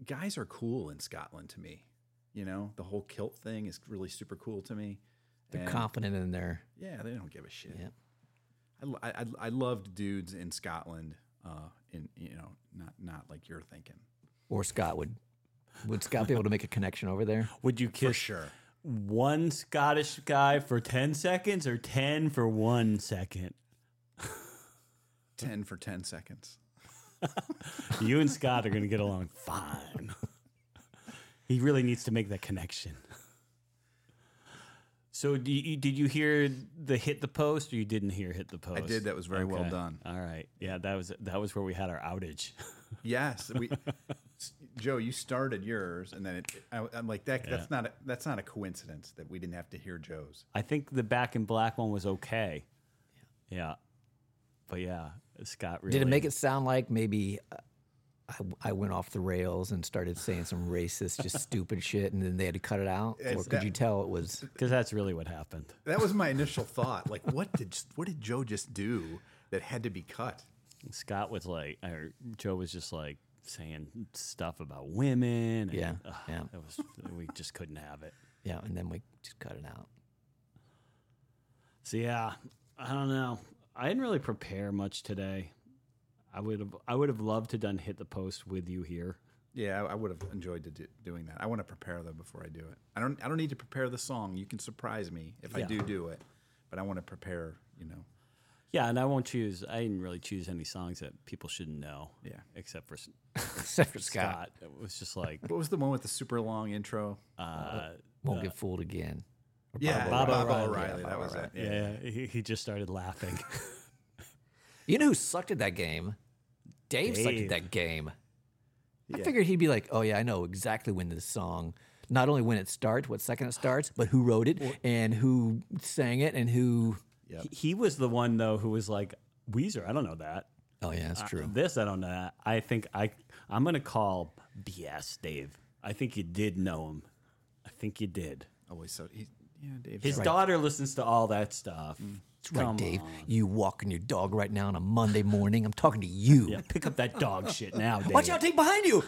[SPEAKER 3] guys are cool in Scotland to me. You know, the whole kilt thing is really super cool to me.
[SPEAKER 1] They're
[SPEAKER 3] And-
[SPEAKER 1] confident in their
[SPEAKER 3] Yeah, they don't give a shit.
[SPEAKER 1] Yeah.
[SPEAKER 3] I lo- I, I, I loved dudes in Scotland. Uh, in you know, not not like you're thinking
[SPEAKER 1] Or Scott would would Scott be able to make a connection over there?
[SPEAKER 2] Would you kiss
[SPEAKER 3] sure.
[SPEAKER 2] one Scottish guy for 10 seconds or 10 for one second?
[SPEAKER 3] Ten for ten seconds.
[SPEAKER 2] You and Scott are going to get along fine. he really needs to make that connection. So, do you, did you hear the hit the post, or you didn't hear hit the post?
[SPEAKER 3] I did. That was very well
[SPEAKER 2] Okay.
[SPEAKER 3] done.
[SPEAKER 2] All right. Yeah, that was that was where we had our outage.
[SPEAKER 3] Yes, we. s- Joe, you started yours, and then it, I, I'm like that. That's not a, that's not a coincidence that we didn't have to hear Joe's.
[SPEAKER 2] I think the back in black one was okay. Yeah. But yeah, Scott really
[SPEAKER 1] Did it make it sound like maybe uh, I, I went off the rails and started saying some racist, just stupid shit, and then they had to cut it out? or
[SPEAKER 3] It's
[SPEAKER 1] could
[SPEAKER 3] that-
[SPEAKER 1] you tell it was?
[SPEAKER 2] because that's really what happened.
[SPEAKER 3] That was my initial thought. Like, what did what did Joe just do that had to be cut?
[SPEAKER 2] Scott was like, or Joe was just like saying stuff about women. And,
[SPEAKER 1] Yeah,
[SPEAKER 2] ugh,
[SPEAKER 1] yeah.
[SPEAKER 2] It was we just couldn't have it.
[SPEAKER 1] Yeah, and then we just cut it out.
[SPEAKER 2] So yeah, I don't know. I didn't really prepare much today. I would have I would have loved to done hit the post with you here.
[SPEAKER 3] Yeah, I, I would have enjoyed to do, doing that. I want to prepare though before I do it. I don't I don't need to prepare the song. You can surprise me if I
[SPEAKER 2] Yeah.
[SPEAKER 3] do do it, but I want to prepare. You know,
[SPEAKER 2] Yeah, and I won't choose. I didn't really choose any songs that people shouldn't know.
[SPEAKER 3] Yeah.
[SPEAKER 2] except for S-
[SPEAKER 1] Except for Scott.
[SPEAKER 2] Scott. It was just like
[SPEAKER 3] what was the one with the super long intro?
[SPEAKER 2] uh,
[SPEAKER 1] Won't get fooled again.
[SPEAKER 3] yeah,
[SPEAKER 2] Bob
[SPEAKER 3] Bob,
[SPEAKER 2] O'Reilly.
[SPEAKER 3] O'Reilly.
[SPEAKER 1] Yeah,
[SPEAKER 3] that
[SPEAKER 1] Bob
[SPEAKER 3] was it. Yeah.
[SPEAKER 2] yeah, he, he just started laughing.
[SPEAKER 1] You know who sucked at that game? Dave, sucked
[SPEAKER 2] Dave.
[SPEAKER 1] at that game. I
[SPEAKER 3] Yeah.
[SPEAKER 1] figured he'd be like, oh, yeah, I know exactly when this song, not only when it starts, what second it starts, but who wrote it and who sang it and who.
[SPEAKER 3] Yep.
[SPEAKER 2] He- he was the one though who was like Weezer. I don't know that.
[SPEAKER 1] Oh, yeah, that's true.
[SPEAKER 2] This I don't know. that. I think I I'm gonna call BS, Dave. I think you did know him. I think you did.
[SPEAKER 3] Always Oh, so. He, yeah, Dave.
[SPEAKER 2] His daughter listens to all that stuff.
[SPEAKER 1] That's right,
[SPEAKER 2] Come
[SPEAKER 1] Dave.
[SPEAKER 2] on.
[SPEAKER 1] You walking your dog right now on a Monday morning. I'm talking to you.
[SPEAKER 2] Yeah, pick up that dog shit now, Dave.
[SPEAKER 1] Watch out, take behind you.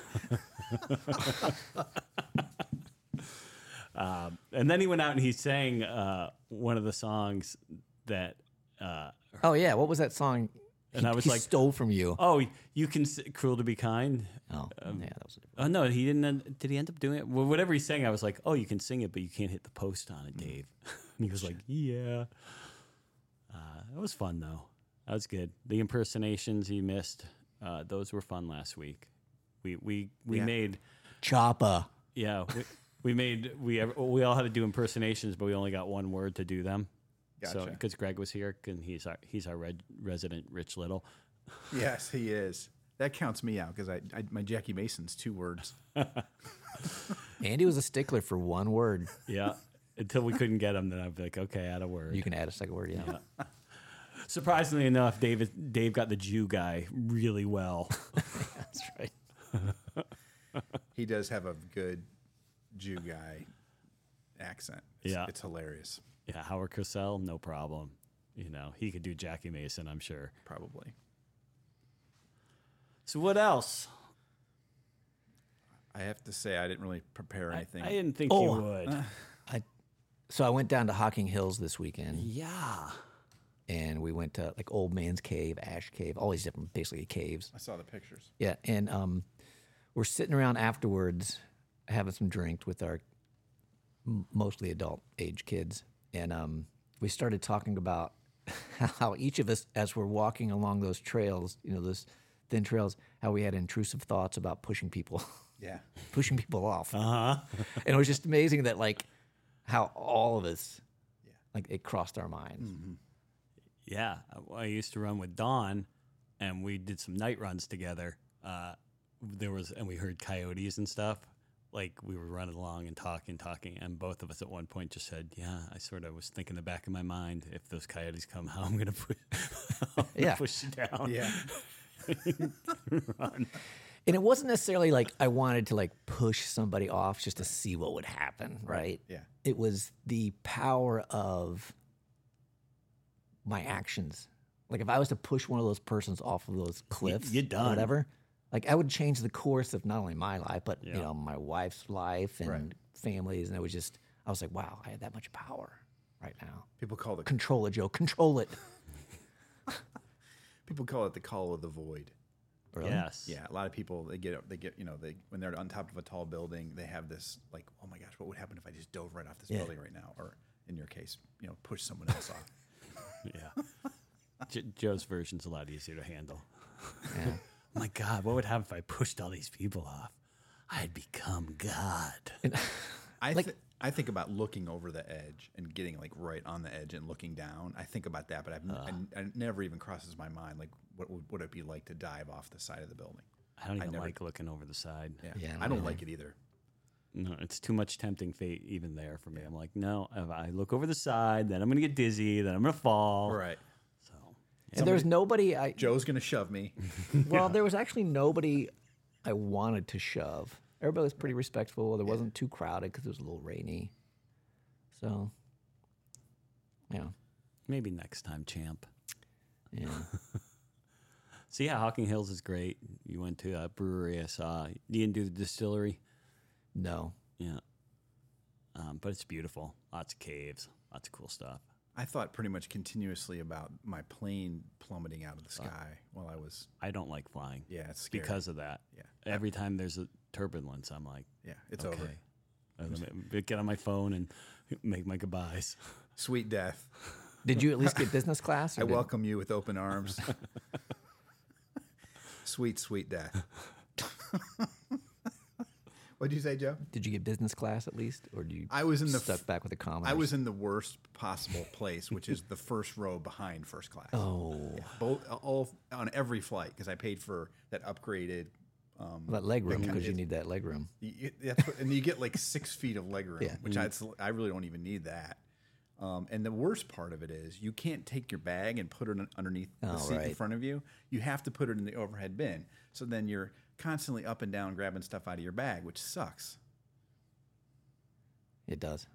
[SPEAKER 2] And then he went out and he sang uh, one of the songs that. Uh,
[SPEAKER 1] Oh, yeah. What was that song?
[SPEAKER 2] And
[SPEAKER 1] he,
[SPEAKER 2] I was
[SPEAKER 1] he
[SPEAKER 2] like-
[SPEAKER 1] stole from you.
[SPEAKER 2] oh, you can s- cruel to be kind.
[SPEAKER 1] Oh, yeah, that was a different
[SPEAKER 2] Oh no, he didn't. end- Did he end up doing it? Well, whatever he sang, I was like, "Oh, you can sing it, but you can't hit the post on
[SPEAKER 1] Mm.
[SPEAKER 2] it, Dave." and he was like, "Yeah." Uh, that was fun though. That was good. The impersonations he missed, uh, those were fun last week. We we we
[SPEAKER 3] Yeah.
[SPEAKER 2] made
[SPEAKER 1] Choppa.
[SPEAKER 2] yeah we, we made we ev- we all had to do impersonations, but we only got one word to do them. So
[SPEAKER 3] Gotcha.
[SPEAKER 2] because Greg was here, and he's our he's our red, resident Rich Little.
[SPEAKER 3] Yes, he is. That counts me out because I, I my Jackie Mason's two words.
[SPEAKER 1] Andy was a stickler for one word.
[SPEAKER 2] Yeah. Until we couldn't get him, then I'd be like, okay, add a word.
[SPEAKER 1] You can add a second word, yeah.
[SPEAKER 2] Surprisingly enough, David Dave got the Jew guy really well.
[SPEAKER 1] That's right.
[SPEAKER 3] He does have a good Jew guy accent. It's,
[SPEAKER 2] Yeah.
[SPEAKER 3] it's hilarious.
[SPEAKER 2] yeah, Howard Cosell, no problem. You know, he could do Jackie Mason, I'm sure.
[SPEAKER 3] Probably.
[SPEAKER 2] So what else?
[SPEAKER 3] I have to say I didn't really prepare anything.
[SPEAKER 2] I didn't think
[SPEAKER 1] Oh.
[SPEAKER 2] you would.
[SPEAKER 1] So I went down to Hocking Hills this weekend
[SPEAKER 2] yeah.
[SPEAKER 1] and we went to like Old Man's Cave, Ash Cave, all these different basically caves.
[SPEAKER 3] I saw the pictures.
[SPEAKER 1] Yeah, and um, we're sitting around afterwards having some drinks with our m- mostly adult age kids, and um, we started talking about how each of us, as we're walking along those trails, you know, those thin trails, how we had intrusive thoughts about pushing people,
[SPEAKER 3] Yeah.
[SPEAKER 1] pushing people off. Uh-huh. and it was just amazing that like how all of us, like it crossed our minds.
[SPEAKER 2] Yeah. I, I used to run with Don and we did some night runs together. Uh, there was and we heard coyotes and stuff. Like we were running along and talking, talking, and both of us at one point just said, "Yeah, I sort of was thinking in the back of my mind, if those coyotes come, how I'm gonna push, I'm gonna
[SPEAKER 1] Yeah.
[SPEAKER 2] push you down."
[SPEAKER 3] Yeah.
[SPEAKER 1] And it wasn't necessarily like I wanted to like push somebody off just to see what would happen, right?
[SPEAKER 3] Yeah.
[SPEAKER 1] It was the power of my actions. Like if I was to push one of those persons off of those cliffs,
[SPEAKER 2] you're
[SPEAKER 1] or
[SPEAKER 2] done.
[SPEAKER 1] whatever. Like I would change the course of not only my life, but
[SPEAKER 2] Yeah.
[SPEAKER 1] you know my wife's life and families, and it was just I was like, wow, I had that much power right now.
[SPEAKER 3] People call the
[SPEAKER 1] Control it, Joe. Control it.
[SPEAKER 3] People call it the call of the void.
[SPEAKER 1] Really?
[SPEAKER 2] Yes.
[SPEAKER 3] Yeah, a lot of people they get they get you know they when they're on top of a tall building they have this like oh my gosh what would happen if I just dove right off this building right now or in your case you know push someone else off.
[SPEAKER 2] Yeah. J- Joe's version's a lot easier to handle. My God, what would happen if I pushed all these people off? I'd become God.
[SPEAKER 3] I thi- I think about looking over the edge and getting like right on the edge and looking down. I think about that, but I've n I- it never even crosses my mind like what would, would it be like to dive off the side of the building?
[SPEAKER 2] I don't even
[SPEAKER 3] never-
[SPEAKER 2] like looking over the side.
[SPEAKER 3] Yeah,
[SPEAKER 1] Yeah, I
[SPEAKER 3] I
[SPEAKER 1] don't
[SPEAKER 3] don't
[SPEAKER 1] either.
[SPEAKER 3] like it either.
[SPEAKER 2] No, it's too much tempting fate even there for me. I'm like, no, if I look over the side, then I'm gonna get dizzy, then I'm gonna fall.
[SPEAKER 3] All right,
[SPEAKER 2] So
[SPEAKER 1] And there was nobody I
[SPEAKER 3] Joe's gonna shove me.
[SPEAKER 1] well, there was actually nobody I wanted to shove. Everybody was pretty respectful. There wasn't too crowded because it was a little rainy. So yeah.
[SPEAKER 2] maybe next time, champ.
[SPEAKER 1] Yeah.
[SPEAKER 2] So yeah, Hawking Hills is great. You went to a brewery. I saw you didn't do the distillery.
[SPEAKER 1] no.
[SPEAKER 2] Yeah, um, but it's beautiful. Lots of caves. Lots of cool stuff.
[SPEAKER 3] I thought pretty much continuously about my plane plummeting out of the sky while I was
[SPEAKER 2] I don't like flying.
[SPEAKER 3] yeah it's scary.
[SPEAKER 2] because of that.
[SPEAKER 3] Yeah.
[SPEAKER 2] Every time there's a turbulence, I'm like,
[SPEAKER 3] yeah it's over
[SPEAKER 2] okay. Uh, let me- Get on my phone and make my goodbyes.
[SPEAKER 3] sweet death.
[SPEAKER 1] Did you at least get business class? or
[SPEAKER 3] I
[SPEAKER 1] did-
[SPEAKER 3] welcome you with open arms. sweet, sweet death. What'd you say, Joe?
[SPEAKER 1] Did you get business class at least, or do you?
[SPEAKER 3] I was in the f-
[SPEAKER 1] stuck back with a comma.
[SPEAKER 3] I
[SPEAKER 1] or
[SPEAKER 3] was in the worst possible place, which is the first row behind first class.
[SPEAKER 1] Oh,
[SPEAKER 3] Both all on every flight because I paid for that upgraded. Um,
[SPEAKER 1] that leg room
[SPEAKER 3] kinda
[SPEAKER 1] because you
[SPEAKER 3] is-
[SPEAKER 1] need that leg room.
[SPEAKER 3] you- you- that's what- and you get like six feet of legroom,
[SPEAKER 1] Yeah. Mm-hmm.
[SPEAKER 3] which I, it's- I really don't even need that. Um, and the worst part of it is you can't take your bag and put it un- underneath the
[SPEAKER 1] Oh,
[SPEAKER 3] seat in
[SPEAKER 1] right.
[SPEAKER 3] front of you. You have to put it in the overhead bin. So then you're constantly up and down grabbing stuff out of your bag, which sucks.
[SPEAKER 1] It does.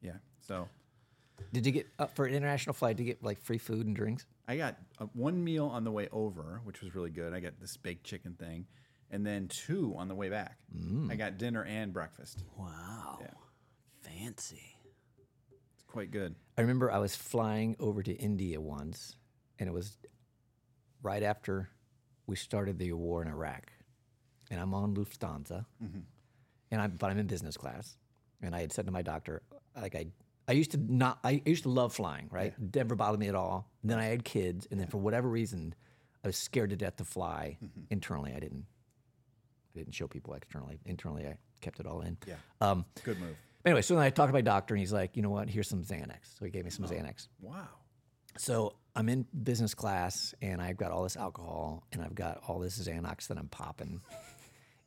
[SPEAKER 3] Yeah. So
[SPEAKER 1] Did you get uh, for an international flight? Did you get like free food and drinks?
[SPEAKER 3] I got uh, one meal on the way over, which was really good. I got this baked chicken thing, and then two on the way back.
[SPEAKER 1] Mm.
[SPEAKER 3] I got dinner and breakfast.
[SPEAKER 2] Wow.
[SPEAKER 3] Yeah.
[SPEAKER 2] Fancy.
[SPEAKER 3] It's quite good.
[SPEAKER 1] I remember I was flying over to India once, and it was right after we started the war in Iraq, and I'm on Lufthansa, and I'm but I'm in business class, and I had said to my doctor, like I. I used to not. I used to love flying. Right, never bothered me at all. And then I had kids, and then for whatever reason, I was scared to death to fly. Internally, I didn't. I didn't show people externally. Internally, I kept it all in.
[SPEAKER 3] Yeah.
[SPEAKER 1] Um,
[SPEAKER 3] Good move.
[SPEAKER 1] Anyway, so then I talked to my doctor, and he's like, "You know what? Here's some Xanax." So he gave me some Xanax.
[SPEAKER 3] Wow.
[SPEAKER 1] So I'm in business class, and I've got all this alcohol, and I've got all this Xanax that I'm popping.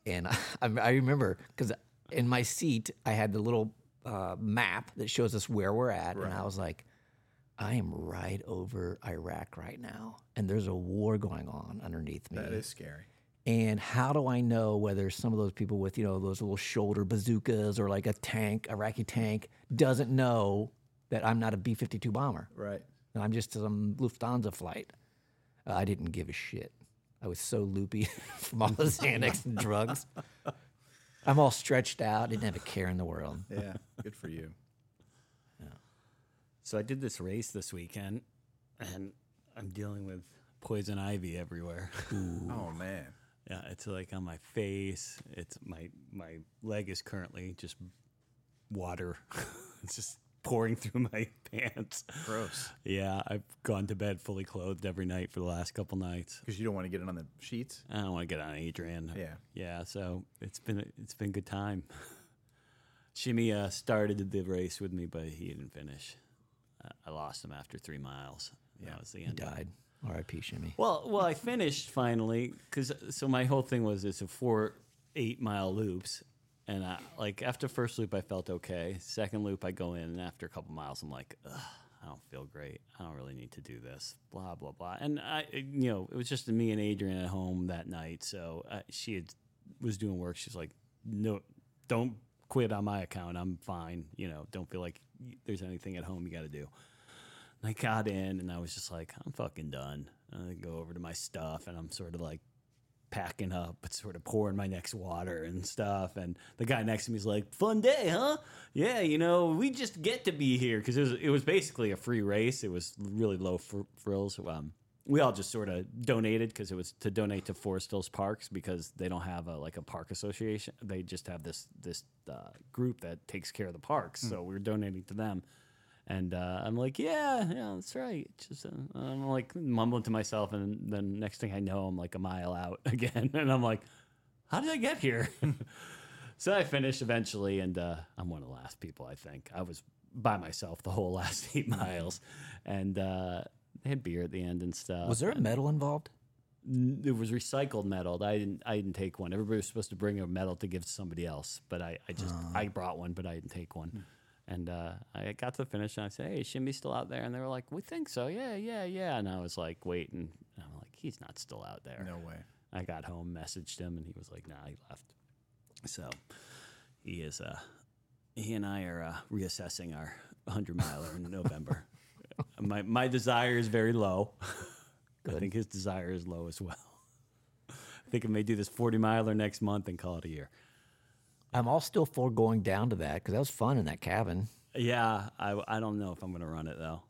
[SPEAKER 1] and I, I remember because in my seat I had the little uh, map that shows us where we're at, and I was like, "I am right over Iraq right now, and there's a war going on underneath me."
[SPEAKER 3] That is scary.
[SPEAKER 1] And how do I know whether some of those people with, you know, those little shoulder bazookas or like a tank, Iraqi tank, doesn't know that I'm not a B 52 bomber?
[SPEAKER 3] Right.
[SPEAKER 1] And I'm just some Lufthansa flight. Uh, I didn't give a shit. I was so loopy from all the Xanax and drugs. I'm all stretched out, didn't have a care in the world.
[SPEAKER 3] Yeah. good for you.
[SPEAKER 2] So I did this race this weekend and I'm dealing with poison ivy everywhere.
[SPEAKER 3] Oh man.
[SPEAKER 2] yeah, it's like on my face. It's my my leg is currently just water. it's just pouring through my pants.
[SPEAKER 3] Gross.
[SPEAKER 2] Yeah, I've gone to bed fully clothed every night for the last couple nights.
[SPEAKER 3] Because you don't want to get it on the sheets.
[SPEAKER 2] I don't want to get on Adrian.
[SPEAKER 3] Yeah.
[SPEAKER 2] yeah. So it's been it's been a good time. Jimmy uh, started the race with me, but he didn't finish. Uh, I lost him after three miles. that was the end. of it.
[SPEAKER 1] Died. R.I.P. Shimmy.
[SPEAKER 2] Well, well, I finished finally because so my whole thing was it's a four eight mile loops, and I, like after first loop I felt okay. Second loop I go in, and after a couple miles I'm like, Ugh, I don't feel great. I don't really need to do this. Blah blah blah. And I, you know, it was just me and Adrian at home that night, so uh, she had, was doing work. She's like, no, don't quit on my account. I'm fine. You know, don't feel like there's anything at home you got to do. And I got in and I was just like, I'm fucking done. And I go over to my stuff and I'm sort of like packing up, but sort of pouring my next water and stuff. And the guy next to me is like, fun day, huh? Yeah, you know, we just get to be here. Cause it was, it was basically a free race. It was really low fr- frills. Um, we all just sort of donated because it was to donate to Forest Hills Parks because they don't have a like a park association. They just have this this uh, group that takes care of the parks. So we were donating to them, and uh, I'm like, yeah, yeah, that's right. It's Just uh, I'm like mumbling to myself, and then next thing I know, I'm like a mile out again, and I'm like, how did I get here? so I finished eventually, and uh, I'm one of the last people. I think I was by myself the whole last eight miles, and uh, they had beer at the end and stuff.
[SPEAKER 1] Was there a medal involved?
[SPEAKER 2] N- it was recycled metal. I didn't. I didn't take one. Everybody was supposed to bring a medal to give to somebody else, but I, I just I brought one, but I didn't take one. And uh, I got to the finish, and I said, "Hey, is Shimmy still out there?" And they were like, "We think so. Yeah, yeah, yeah." And I was like, waiting. And I'm like, "He's not still out there."
[SPEAKER 3] No way.
[SPEAKER 2] I got home, messaged him, and he was like, "Nah, he left." So he is. Uh, he and I are uh, reassessing our 100 miler in November. my my desire is very low. I think his desire is low as well. I think I may do this 40 miler next month and call it a year.
[SPEAKER 1] I'm all still for going down to that because that was fun in that cabin.
[SPEAKER 2] Yeah, I, I don't know if I'm going to run it though.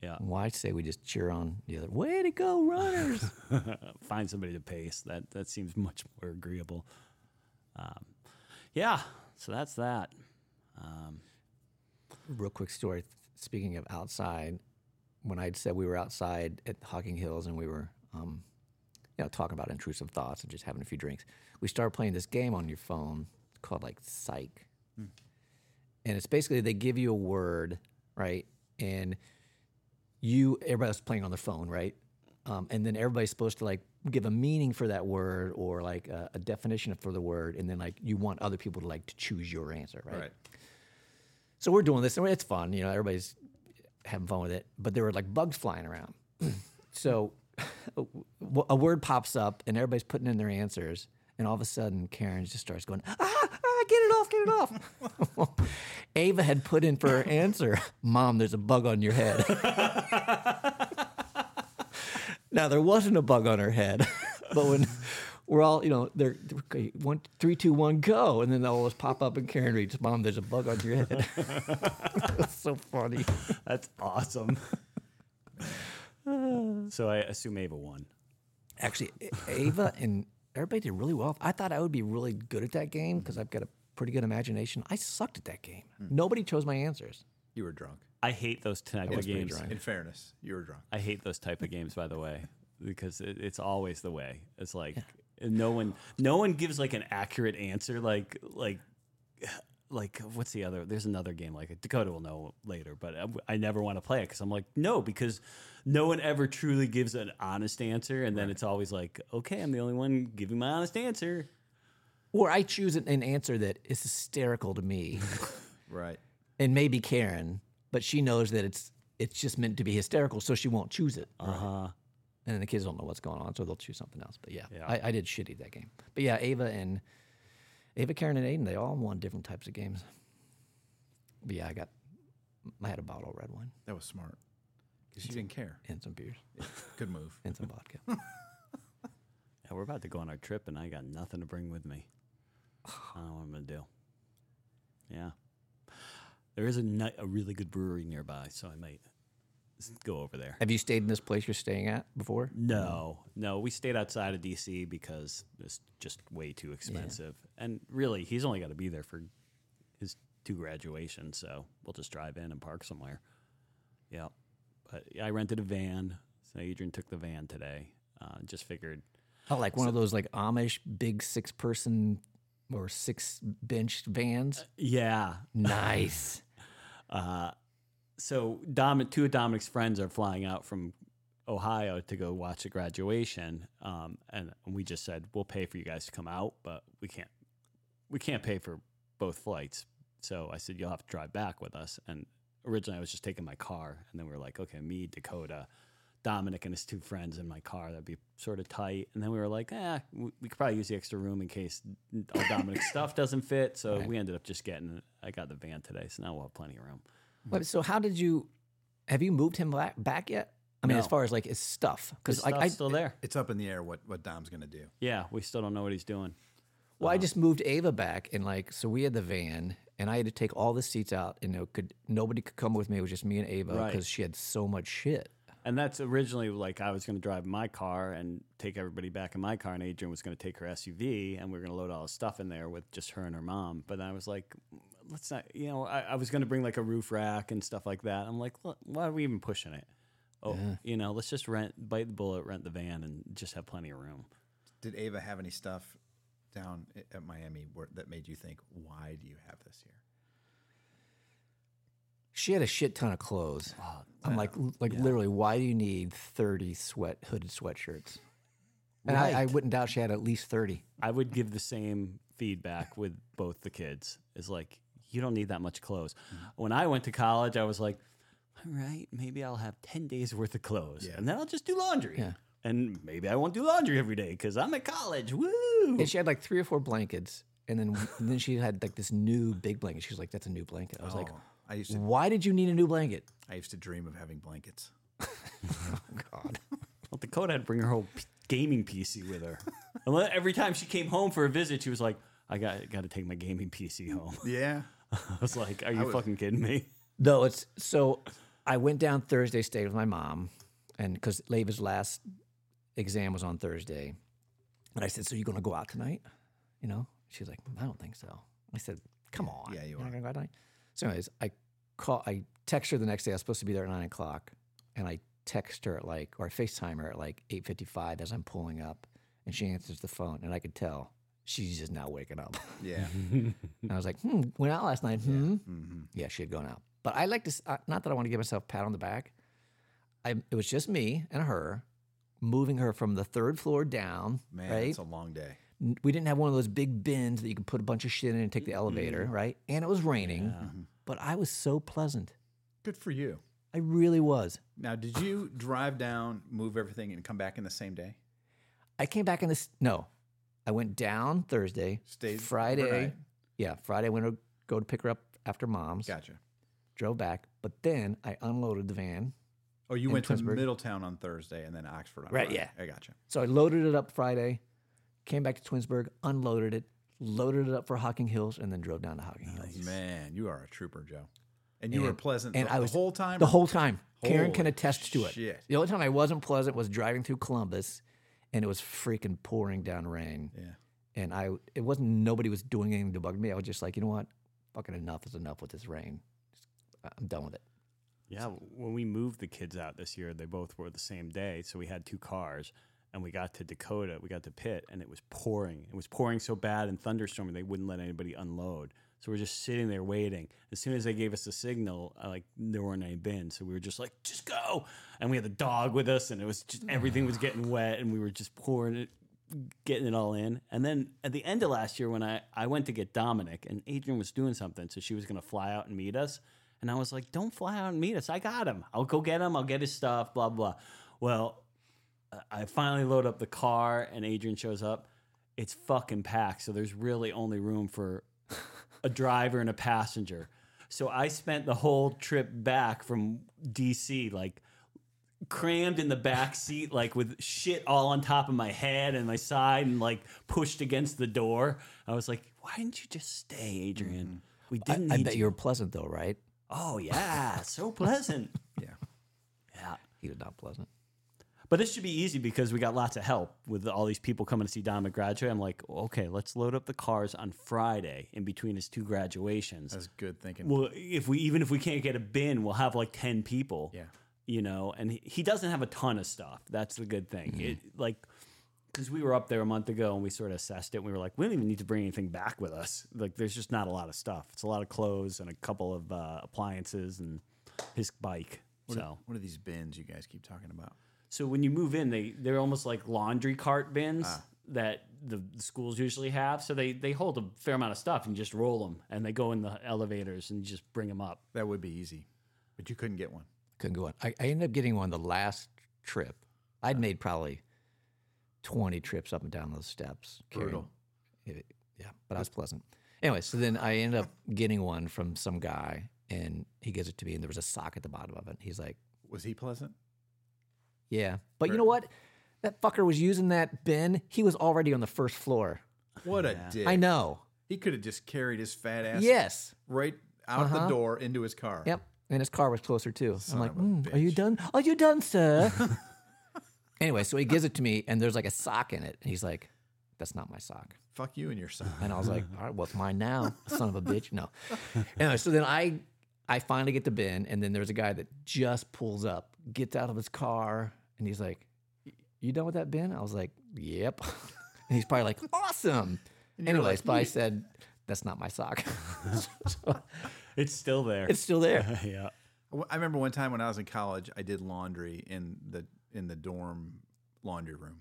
[SPEAKER 2] Yeah,
[SPEAKER 1] Why I'd say we just cheer on the other? Way to go, runners!
[SPEAKER 2] uh, find somebody to pace. That that seems much more agreeable. Um, yeah, so that's that.
[SPEAKER 1] Real quick story. Speaking of outside, when I'd said we were outside at Hocking Hills and we were, um, you know, talking about intrusive thoughts and just having a few drinks, we started playing this game on your phone called like Psych, and it's basically they give you a word, right, and you everybody's playing on their phone, right, um, and then everybody's supposed to like give a meaning for that word or like a, a definition for the word, and then like you want other people to like to choose your answer, right? So we're doing this, and it's fun. You know, everybody's having fun with it. But there were like bugs flying around. so w- a word pops up, and everybody's putting in their answers. And all of a sudden, Karen just starts going, ah, ah get it off, get it off. Ava had put in for her answer, Mom, there's a bug on your head. Now there wasn't a bug on her head, but when we're all, you know, they're okay, one, three, two, one, go, and then they'll always pop up and Karen reads, "Mom, there's a bug on your head." That's so funny.
[SPEAKER 2] That's awesome. so I assume Ava won.
[SPEAKER 1] Actually, A- Ava and everybody did really well. I thought I would be really good at that game because I've got a pretty good imagination. I sucked at that game. Nobody chose my answers.
[SPEAKER 3] You were drunk.
[SPEAKER 2] I hate those type of
[SPEAKER 1] was pretty
[SPEAKER 2] games.
[SPEAKER 1] dry.
[SPEAKER 3] In fairness, you were drunk.
[SPEAKER 2] I hate those type of games, by the way, because it, it's always the way. It's like no one, no one gives like an accurate answer. Like, like, like what's the other? There's another game like it. Dakota will know later, but I, I never want to play it because I'm like no, because no one ever truly gives an honest answer, and then it's always like okay, I'm the only one giving my honest answer.
[SPEAKER 1] Or I choose an- an answer that is hysterical to me.
[SPEAKER 3] Right.
[SPEAKER 1] and maybe Karen, but she knows that it's it's just meant to be hysterical, so she won't choose it. Uh huh. And then the kids don't know what's going on, so they'll choose something else. But yeah, I, I did shitty that game. But yeah, Ava and Ava, Karen, and Aiden, they all won different types of games. But yeah, I got I had a bottle of red wine
[SPEAKER 3] That was smart. Because you didn't care.
[SPEAKER 1] and some beers
[SPEAKER 3] Good move.
[SPEAKER 1] and some vodka.
[SPEAKER 2] Yeah, we're about to go on our trip, and I got nothing to bring with me. I don't know what I'm gonna do. Yeah, there is a ni- a really good brewery nearby, so I might s- go over there.
[SPEAKER 1] Have you stayed in this place you're staying at before?
[SPEAKER 2] No, no, we stayed outside of DC because it's just way too expensive, and really, he's only got to be there for his two graduations, so we'll just drive in and park somewhere. Yeah, but I rented a van, so Adrian took the van today. Uh, just figured
[SPEAKER 1] Oh, like one of those like Amish big six person or six bench vans.
[SPEAKER 2] Yeah.
[SPEAKER 1] Nice.
[SPEAKER 2] So Dom, two of Dominic's friends are flying out from Ohio to go watch a graduation, um, and we just said we'll pay for you guys to come out, but we can't we can't pay for both flights. So I said you'll have to drive back with us. And originally I was just taking my car, and then we were like, okay, me, Dakota, Dominic, and his two friends in my car. That'd be sort of tight. And then we were like, ah, we, we could probably use the extra room in case all Dominic's stuff doesn't fit. So we ended up just getting. I got the van today, so now we'll have plenty of room.
[SPEAKER 1] But so how did you have you moved him back, back yet? I mean, as
[SPEAKER 2] No.
[SPEAKER 1] far as like his stuff, because
[SPEAKER 2] His
[SPEAKER 1] like
[SPEAKER 2] stuff's
[SPEAKER 1] I
[SPEAKER 2] still there.
[SPEAKER 3] It's up in the air what, what Dom's going to do.
[SPEAKER 2] Yeah, we still don't know what he's doing.
[SPEAKER 1] well, I just moved Ava back, and like so we had the van, and I had to take all the seats out, and you know, could nobody could come with me. It was just me and Ava
[SPEAKER 2] Right.
[SPEAKER 1] because she had so much shit.
[SPEAKER 2] And that's originally like I was going to drive my car and take everybody back in my car, and Adrian was going to take her SUV, and we were going to load all the stuff in there with just her and her mom. But I was like, let's not, you know, I, I was going to bring like a roof rack and stuff like that. I'm like, "Look, why are we even pushing it? Oh, you know, let's just rent, bite the bullet, rent the van, and just have plenty of room.
[SPEAKER 3] Did Ava have any stuff down i- at Miami where, that made you think, why do you have this here?
[SPEAKER 1] She had a shit ton of clothes. I'm like, l- like literally, why do you need 30 sweat hooded sweatshirts? And I, I wouldn't doubt she had at least 30.
[SPEAKER 2] I would give the same feedback with both the kids. Is like you don't need that much clothes. When I went to college, I was like, all right, maybe I'll have ten days worth of clothes, and then I'll just do laundry.
[SPEAKER 1] Yeah.
[SPEAKER 2] And maybe I won't do laundry every day because I'm at college. Woo!
[SPEAKER 1] And she had like three or four blankets, and then and then she had like this new big blanket. She was like, "That's a new blanket." I was like,
[SPEAKER 3] Oh, I used to
[SPEAKER 1] "Why did you need a new blanket?"
[SPEAKER 3] I used to dream of having blankets.
[SPEAKER 1] God,
[SPEAKER 2] Well, Dakota had to bring her whole p- gaming PC with her. and le- every time she came home for a visit, she was like, "I got got to take my gaming PC home."
[SPEAKER 3] Yeah.
[SPEAKER 2] I was like, "Are you fucking kidding me?"
[SPEAKER 1] no, it's so. I went down Thursday, stayed with my mom, and because Leva's last exam was on Thursday, and I said, "So you gonna go out tonight?" You know, she's like, "I don't think so." I said, "Come on,
[SPEAKER 3] yeah, you
[SPEAKER 1] You're not gonna go out tonight." So, anyways, I call, I text her the next day. I was supposed to be there at nine o'clock, and I text her at like, or I FaceTime her at like eight fifty-five as I'm pulling up, and she answers the phone, and I could tell she's just now waking up.
[SPEAKER 3] Yeah.
[SPEAKER 1] And I was like, hmm, went out last night. Hmm. Yeah,
[SPEAKER 3] Mm-hmm.
[SPEAKER 1] she had gone out. But I like to, s- uh, not that I want to give myself a pat on the back. I, it was just me and her moving her from the third floor down.
[SPEAKER 3] Man,
[SPEAKER 1] right?
[SPEAKER 3] it's a long day.
[SPEAKER 1] N- we didn't have one of those big bins that you can put a bunch of shit in and take the elevator,
[SPEAKER 3] Mm-hmm.
[SPEAKER 1] right? And it was raining. But I was so pleasant.
[SPEAKER 3] Good for you.
[SPEAKER 1] I really was.
[SPEAKER 3] Now, did you drive down, move everything, and come back in the same day?
[SPEAKER 1] I came back in this, no, I went down Thursday,
[SPEAKER 3] Stayed
[SPEAKER 1] Friday.
[SPEAKER 3] overnight.
[SPEAKER 1] Yeah, Friday, I went to go to pick her up after mom's,
[SPEAKER 3] Gotcha.
[SPEAKER 1] drove back. But then I unloaded the van.
[SPEAKER 3] Oh, you went
[SPEAKER 1] Twinsburg.
[SPEAKER 3] to Middletown on Thursday and then Oxford on
[SPEAKER 1] Right,
[SPEAKER 3] Friday.
[SPEAKER 1] yeah.
[SPEAKER 3] I gotcha.
[SPEAKER 1] So I loaded it up Friday, came back to Twinsburg, unloaded it, loaded it up for Hocking Hills, and then drove down to Hocking Hills.
[SPEAKER 3] Man, you are a trooper, Joe. And you were pleasant
[SPEAKER 1] and
[SPEAKER 3] the,
[SPEAKER 1] I
[SPEAKER 3] the
[SPEAKER 1] was-
[SPEAKER 3] whole time.
[SPEAKER 1] The whole time, Karen can
[SPEAKER 3] Holy
[SPEAKER 1] attest to it.
[SPEAKER 3] shit.
[SPEAKER 1] The only time I wasn't pleasant was driving through Columbus, and it was freaking pouring down rain.
[SPEAKER 3] Yeah.
[SPEAKER 1] And I, it wasn't nobody was doing anything to bug me. I was just like, you know what, fucking enough is enough with this rain. Just- I'm done with it.
[SPEAKER 2] Yeah, when we moved the kids out this year, they both were the same day, so we had two cars. And we got to Dakota, we got to Pitt, and it was pouring. It was pouring so bad and thunderstorming they wouldn't let anybody unload. So we're just sitting there waiting. As soon as they gave us the signal, I, like there weren't any bins, so we were just like, "Just go!" And we had the dog with us, and it was just everything was getting wet, and we were just pouring it, getting it all in. And then at the end of last year, when I, I went to get Dominic and Adrian was doing something, so she was going to fly out and meet us. And I was like, don't fly out and meet us. I got him. I'll go get him. I'll get his stuff, blah, blah. Well, I- I finally load up the car and Adrian shows up. It's fucking packed. So there's really only room for a driver and a passenger. So I spent the whole trip back from DC, like, crammed in the back seat, like with shit all on top of my head and my side, and like pushed against the door. I was like, "Why didn't you just stay, Adrian? We
[SPEAKER 1] Mm-hmm. I,
[SPEAKER 2] didn't
[SPEAKER 1] I
[SPEAKER 2] need
[SPEAKER 1] bet
[SPEAKER 2] you."
[SPEAKER 1] you were pleasant though, right?
[SPEAKER 2] Oh yeah, so pleasant.
[SPEAKER 3] Yeah.
[SPEAKER 2] Yeah,
[SPEAKER 1] He was not pleasant.
[SPEAKER 2] but this should be easy because we got lots of help with all these people coming to see Dom at graduate. I'm like, okay, let's load up the cars on Friday in between his two graduations.
[SPEAKER 3] That's good thinking.
[SPEAKER 2] well, if we even if we can't get a bin, we'll have like ten people.
[SPEAKER 3] yeah.
[SPEAKER 2] you know, and he, he doesn't have a ton of stuff. That's the good thing.
[SPEAKER 3] Mm-hmm.
[SPEAKER 2] It, like, because we were up there a month ago and we sort of assessed it. And we were like, we don't even need to bring anything back with us. Like, there's just not a lot of stuff. It's a lot of clothes and a couple of uh, appliances and his bike. so,
[SPEAKER 3] What are these bins you guys keep talking about?
[SPEAKER 2] so when you move in, they they're almost like laundry cart bins that the, the schools usually have. So they they hold a fair amount of stuff and you just roll them and they go in the elevators and you just bring them up.
[SPEAKER 3] That would be easy, but you couldn't get one.
[SPEAKER 1] couldn't go on. I, I ended up getting one the last trip. I'd made probably 20 trips up and down those steps. carrying-
[SPEAKER 3] Brutal.
[SPEAKER 1] It- yeah, but I was pleasant. Anyway, so then I ended up getting one from some guy, and he gives it to me, and there was a sock at the bottom of it. He's like,
[SPEAKER 3] Was he pleasant?
[SPEAKER 1] Yeah. But you know what? That fucker was using that bin. He was already on the first floor.
[SPEAKER 3] What a dick.
[SPEAKER 1] I know.
[SPEAKER 3] He could have just carried his fat ass
[SPEAKER 1] Yes.
[SPEAKER 3] right out the door into his car.
[SPEAKER 1] Uh-huh. Yep. And his car was closer too.
[SPEAKER 3] Son
[SPEAKER 1] I'm like,
[SPEAKER 3] of a
[SPEAKER 1] "Mm, are you
[SPEAKER 3] bitch."
[SPEAKER 1] done? Are you done, sir? anyway, so he gives it to me, and there's like a sock in it. And he's like, that's not my sock.
[SPEAKER 3] Fuck you and your son.
[SPEAKER 1] And I was like, all right, what's mine now, son of a bitch? No. Anyway, so then I I finally get to Ben, and then there's a guy that just pulls up, gets out of his car, and he's like, "Y- You done with that, Ben? I was like, Yep. And he's probably like, Awesome. Anyways, but I said, That's not my sock. So
[SPEAKER 2] It's still there.
[SPEAKER 1] it's still there.
[SPEAKER 2] yeah.
[SPEAKER 3] Well, I remember one time when I was in college, I did laundry in the in the dorm laundry room,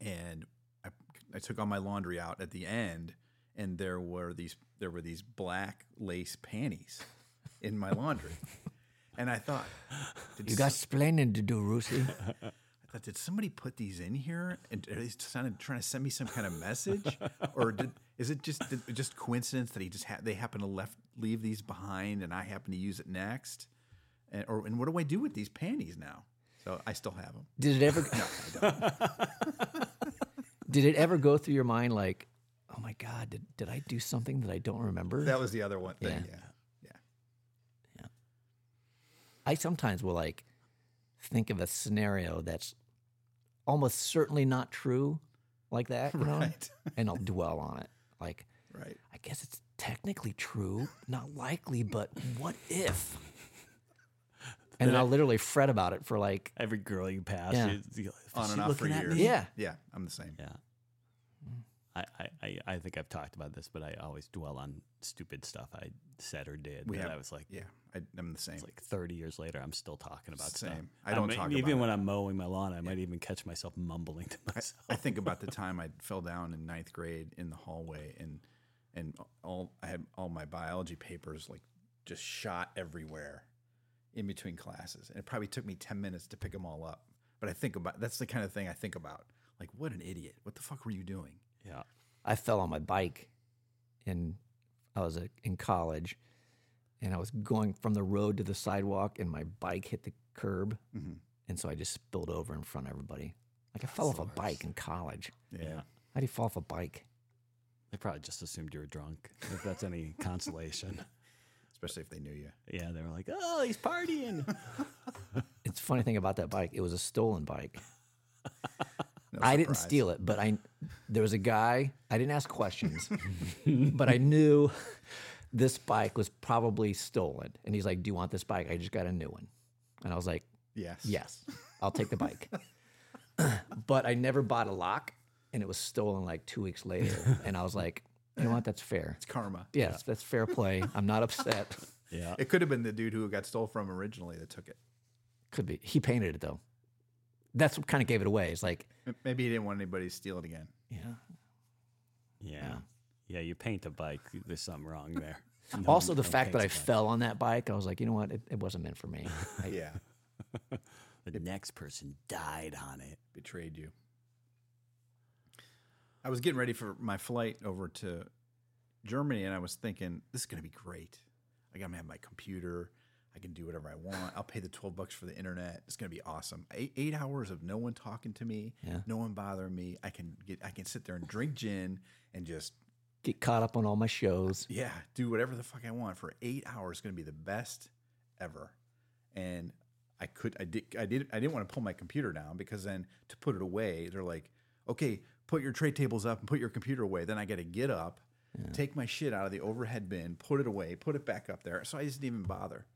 [SPEAKER 3] and I, I took all my laundry out at the end, and there were these there were these black lace panties in my laundry, and I thought, did
[SPEAKER 1] You got splaining to do, Roosie.
[SPEAKER 3] I thought, did somebody put these in here? And are they sounded, trying to send me some kind of message, or did, is it just did, just coincidence that he just ha- they happen to left leave these behind, and I happen to use it next? And or and what do I do with these panties now? So I still have them.
[SPEAKER 1] Did it ever? did it ever go through your mind like, oh my god, did, did I do something that I don't remember?
[SPEAKER 3] That was the other one thing.
[SPEAKER 1] Yeah.
[SPEAKER 3] Yeah, yeah.
[SPEAKER 1] I sometimes will like think of a scenario that's almost certainly not true, like that, you know?
[SPEAKER 3] Right.
[SPEAKER 1] and I'll dwell on it. Like,
[SPEAKER 3] right.
[SPEAKER 1] I guess it's technically true, not likely, but what if? And then I'll literally fret about it for like,
[SPEAKER 2] Every girl you pass,
[SPEAKER 1] Yeah.
[SPEAKER 2] you- you're like, "Is
[SPEAKER 3] On
[SPEAKER 2] she
[SPEAKER 3] and off for
[SPEAKER 2] looking at
[SPEAKER 3] years.
[SPEAKER 2] me?"
[SPEAKER 1] yeah,
[SPEAKER 3] Yeah, I'm the same.
[SPEAKER 2] Yeah. I, I- I, I think I've talked about this, but I always dwell on stupid stuff I said or did.
[SPEAKER 3] We
[SPEAKER 2] that
[SPEAKER 3] have-
[SPEAKER 2] I was like,
[SPEAKER 3] Yeah, I, I'm the same.
[SPEAKER 2] it's like 30 years later, I'm still talking about stuff.
[SPEAKER 3] Same. I don't
[SPEAKER 2] may-
[SPEAKER 3] talk
[SPEAKER 2] Even
[SPEAKER 3] about
[SPEAKER 2] when I'm mowing my lawn, I might even catch myself mumbling to
[SPEAKER 3] I,
[SPEAKER 2] myself.
[SPEAKER 3] I think about the time I fell down in ninth grade in the hallway, and and all I had all my biology papers like just shot everywhere in between classes, and it probably took me ten minutes to pick them all up. But I think about that's the kind of thing I think about. Like, what an idiot! What the fuck were you doing?
[SPEAKER 2] yeah.
[SPEAKER 1] I fell on my bike, and I was uh, in college, and I was going from the road to the sidewalk, and my bike hit the curb, and so I just spilled over in front of everybody. Like I fell off a bike in college.
[SPEAKER 3] Yeah,
[SPEAKER 1] How do you fall off a bike?
[SPEAKER 2] They probably just assumed you were drunk, if that's any consolation.
[SPEAKER 3] especially if they knew you.
[SPEAKER 2] Yeah, they were like, oh, he's partying.
[SPEAKER 1] It's a funny thing about that bike. It was a stolen bike. I didn't steal it, but I there was a guy. I didn't ask questions, but I knew this bike was probably stolen. And he's like, "Do you want this bike? I just got a new one." And I was like,
[SPEAKER 3] Yes.
[SPEAKER 1] Yes, I'll take the bike. but I never bought a lock, and it was stolen like two weeks later. And I was like, you know what? That's fair.
[SPEAKER 3] It's karma.
[SPEAKER 1] Yes, that's fair play. I'm not upset.
[SPEAKER 2] Yeah.
[SPEAKER 3] It could have been the dude who it got stole from originally that took it.
[SPEAKER 1] Could be. He painted it though. That's what kind of gave it away. It's like,
[SPEAKER 3] M- Maybe he didn't want anybody to steal it again.
[SPEAKER 1] yeah.
[SPEAKER 2] Yeah. Yeah, you paint a bike, there's something wrong there. No
[SPEAKER 1] also,
[SPEAKER 2] one-
[SPEAKER 1] the
[SPEAKER 2] no
[SPEAKER 1] fact that I
[SPEAKER 2] paint's fine.
[SPEAKER 1] fell on that bike, I was like, you know what? It, it wasn't meant for me. I,
[SPEAKER 3] Yeah,
[SPEAKER 2] the next person died on it.
[SPEAKER 3] betrayed you. I was getting ready for my flight over to Germany, and I was thinking this is going to be great. Like I'm gonna have my computer, I can do whatever I want. I'll pay the twelve bucks for the internet. It's going to be awesome. Eight, eight hours of no one talking to me,
[SPEAKER 1] Yeah.
[SPEAKER 3] no one bothering me. I can get, I can sit there and drink gin and just
[SPEAKER 1] get caught up on all my shows.
[SPEAKER 3] yeah, do whatever the fuck I want for eight hours. It's gonna be the best ever. And I could, I did, I did, I didn't want to pull my computer down because then to put it away, they're like, okay, put your tray tables up and put your computer away. Then I got to get up, take my shit out of the overhead bin, put it away, put it back up there. So I just didn't even bother.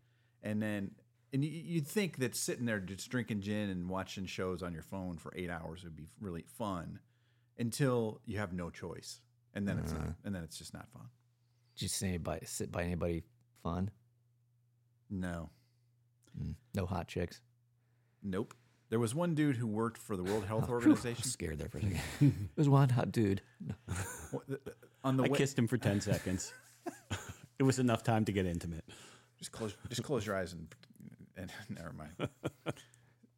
[SPEAKER 3] And then, and you, you'd think that sitting there just drinking gin and watching shows on your phone for eight hours would be really fun, until you have no choice, and then it's not, and then it's just not fun.
[SPEAKER 1] Did you see anybody sit by anybody fun? Mm.
[SPEAKER 3] No.
[SPEAKER 1] No hot chicks.
[SPEAKER 3] Nope. There was one dude who worked for the World Health
[SPEAKER 1] Whew, I was
[SPEAKER 3] Organization.
[SPEAKER 1] scared there for a second. it was one hot dude.
[SPEAKER 3] What- th- th- On the
[SPEAKER 2] I
[SPEAKER 3] way,
[SPEAKER 2] kissed him for 10 seconds. it was enough time to get intimate.
[SPEAKER 3] just close, just close your eyes and, and never mind.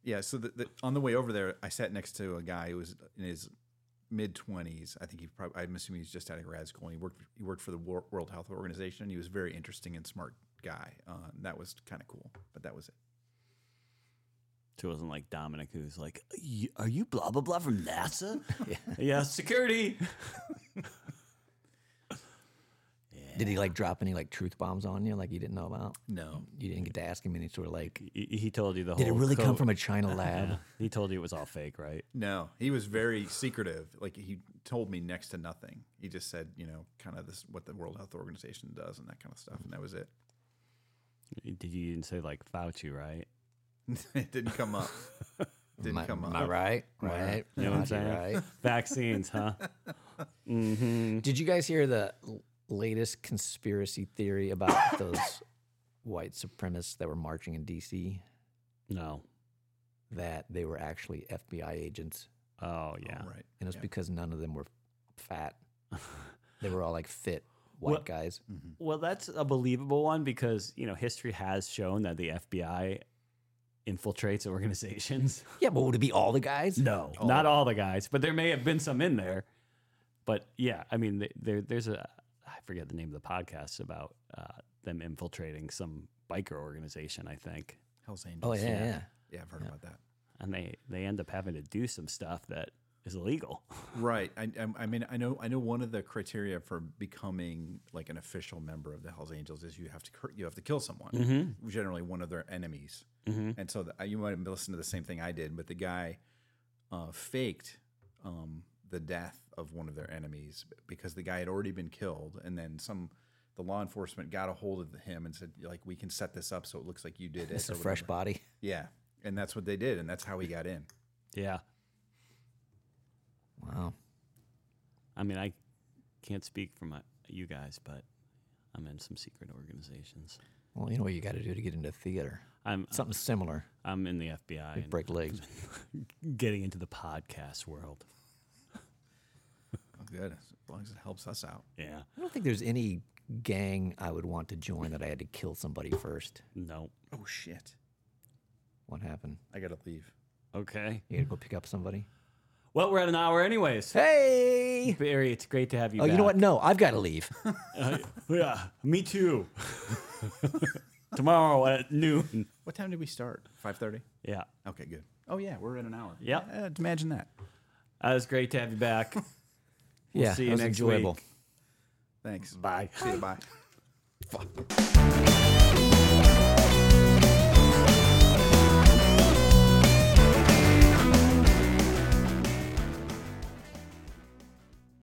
[SPEAKER 3] yeah. So the, the, on the way over there, I sat next to a guy who was in his mid twenties. I think he probably, I'm assuming he's just out of grad school. And he worked, he worked for the Wor- World Health Organization. He was a very interesting and smart guy. Uh, that was kind of cool, but that was it.
[SPEAKER 2] So it wasn't like Dominic who's like, "Y- are you blah, blah, blah from NASA? yeah. security. yeah.
[SPEAKER 1] Did he like drop any like truth bombs on you like you didn't know about?
[SPEAKER 3] No.
[SPEAKER 1] You didn't get to ask him any sort of like. uh-huh.
[SPEAKER 2] He, he told you the whole.
[SPEAKER 1] Did it really come
[SPEAKER 2] code-
[SPEAKER 1] from a China lab?
[SPEAKER 2] Yeah. He told you it was all fake, right?
[SPEAKER 3] No, he was very secretive. Like he told me next to nothing. He just said, you know, kind of this what the World Health Organization does and that kind of stuff, and that was it.
[SPEAKER 2] Did you even say like Fauci, right?
[SPEAKER 3] it didn't come up.
[SPEAKER 1] Am
[SPEAKER 3] Didn't
[SPEAKER 1] I,
[SPEAKER 3] come up.
[SPEAKER 1] am I right? Right.
[SPEAKER 2] You know what I'm
[SPEAKER 1] Roger,
[SPEAKER 2] saying?
[SPEAKER 1] right.
[SPEAKER 2] Vaccines, huh?
[SPEAKER 1] Did you guys hear the l- latest conspiracy theory about those white supremacists that were marching in D.C.
[SPEAKER 2] No.
[SPEAKER 1] that they were actually FBI agents,
[SPEAKER 2] Oh yeah.
[SPEAKER 3] Right.
[SPEAKER 1] and it's
[SPEAKER 3] Yeah.
[SPEAKER 1] because none of them were fat. they were all like fit white
[SPEAKER 2] Well-
[SPEAKER 1] guys.
[SPEAKER 3] Mm.
[SPEAKER 2] Well, that's a believable one because you know history has shown that the FBI infiltrates organizations.
[SPEAKER 1] Yeah, but would it be all the guys?
[SPEAKER 2] No, not all the guys, but there may have been some in there. But yeah, I mean, th- there there's a I forget the name of the podcast about uh, them infiltrating some biker organization, I think,
[SPEAKER 3] Hell's
[SPEAKER 1] Oh
[SPEAKER 3] Angels.
[SPEAKER 1] yeah, yeah. yeah.
[SPEAKER 3] Yeah, I've heard about that.
[SPEAKER 2] and they they end up having to do some stuff that is illegal.
[SPEAKER 3] Right. I, I, I mean, I know, I know. One of the criteria for becoming like an official member of the Hell's Angels is you have to cur- you have to kill someone. Generally, one of their enemies. And so the, you might have listened to the same thing I did, but the guy uh, faked um, the death of one of their enemies because the guy had already been killed, and then some. The law enforcement got a hold of him and said, "Like, we can set this up so it looks like you did it."
[SPEAKER 1] It's
[SPEAKER 3] or
[SPEAKER 1] a fresh
[SPEAKER 3] whatever.
[SPEAKER 1] body.
[SPEAKER 3] Yeah, and that's what they did, and that's how he got in.
[SPEAKER 2] Yeah,
[SPEAKER 1] Wow.
[SPEAKER 2] I mean, I can't speak for my you guys, but I'm in some secret organizations.
[SPEAKER 1] Well, you know what you got to do to get into theater.
[SPEAKER 2] I'm
[SPEAKER 1] Something similar.
[SPEAKER 2] I'm in the FBI and
[SPEAKER 1] Break legs.
[SPEAKER 2] getting into the podcast world.
[SPEAKER 3] Oh, good. As long as it helps us out.
[SPEAKER 2] Yeah,
[SPEAKER 1] I don't think there's any gang I would want to join that I had to kill somebody first.
[SPEAKER 2] no,
[SPEAKER 3] Oh shit!
[SPEAKER 1] What happened?
[SPEAKER 3] I gotta leave.
[SPEAKER 2] okay.
[SPEAKER 1] You gotta go pick up somebody.
[SPEAKER 2] Well, we're at an hour, anyways.
[SPEAKER 1] Hey!
[SPEAKER 2] Barry, it's great to have you.
[SPEAKER 1] Oh,
[SPEAKER 2] back.
[SPEAKER 1] you know what? No, I've got to leave.
[SPEAKER 2] Uh, yeah, me too. Tomorrow at noon.
[SPEAKER 3] What time did we start? Five thirty.
[SPEAKER 2] Yeah.
[SPEAKER 3] Okay, good. Oh yeah, we're at an hour.
[SPEAKER 2] Yep.
[SPEAKER 3] Uh, imagine that.
[SPEAKER 2] That was Uh, great to have you back.
[SPEAKER 1] yeah,
[SPEAKER 2] see you
[SPEAKER 1] that was
[SPEAKER 2] next
[SPEAKER 1] enjoyable.
[SPEAKER 2] week.
[SPEAKER 3] Thanks.
[SPEAKER 2] Bye.
[SPEAKER 3] See you. Bye.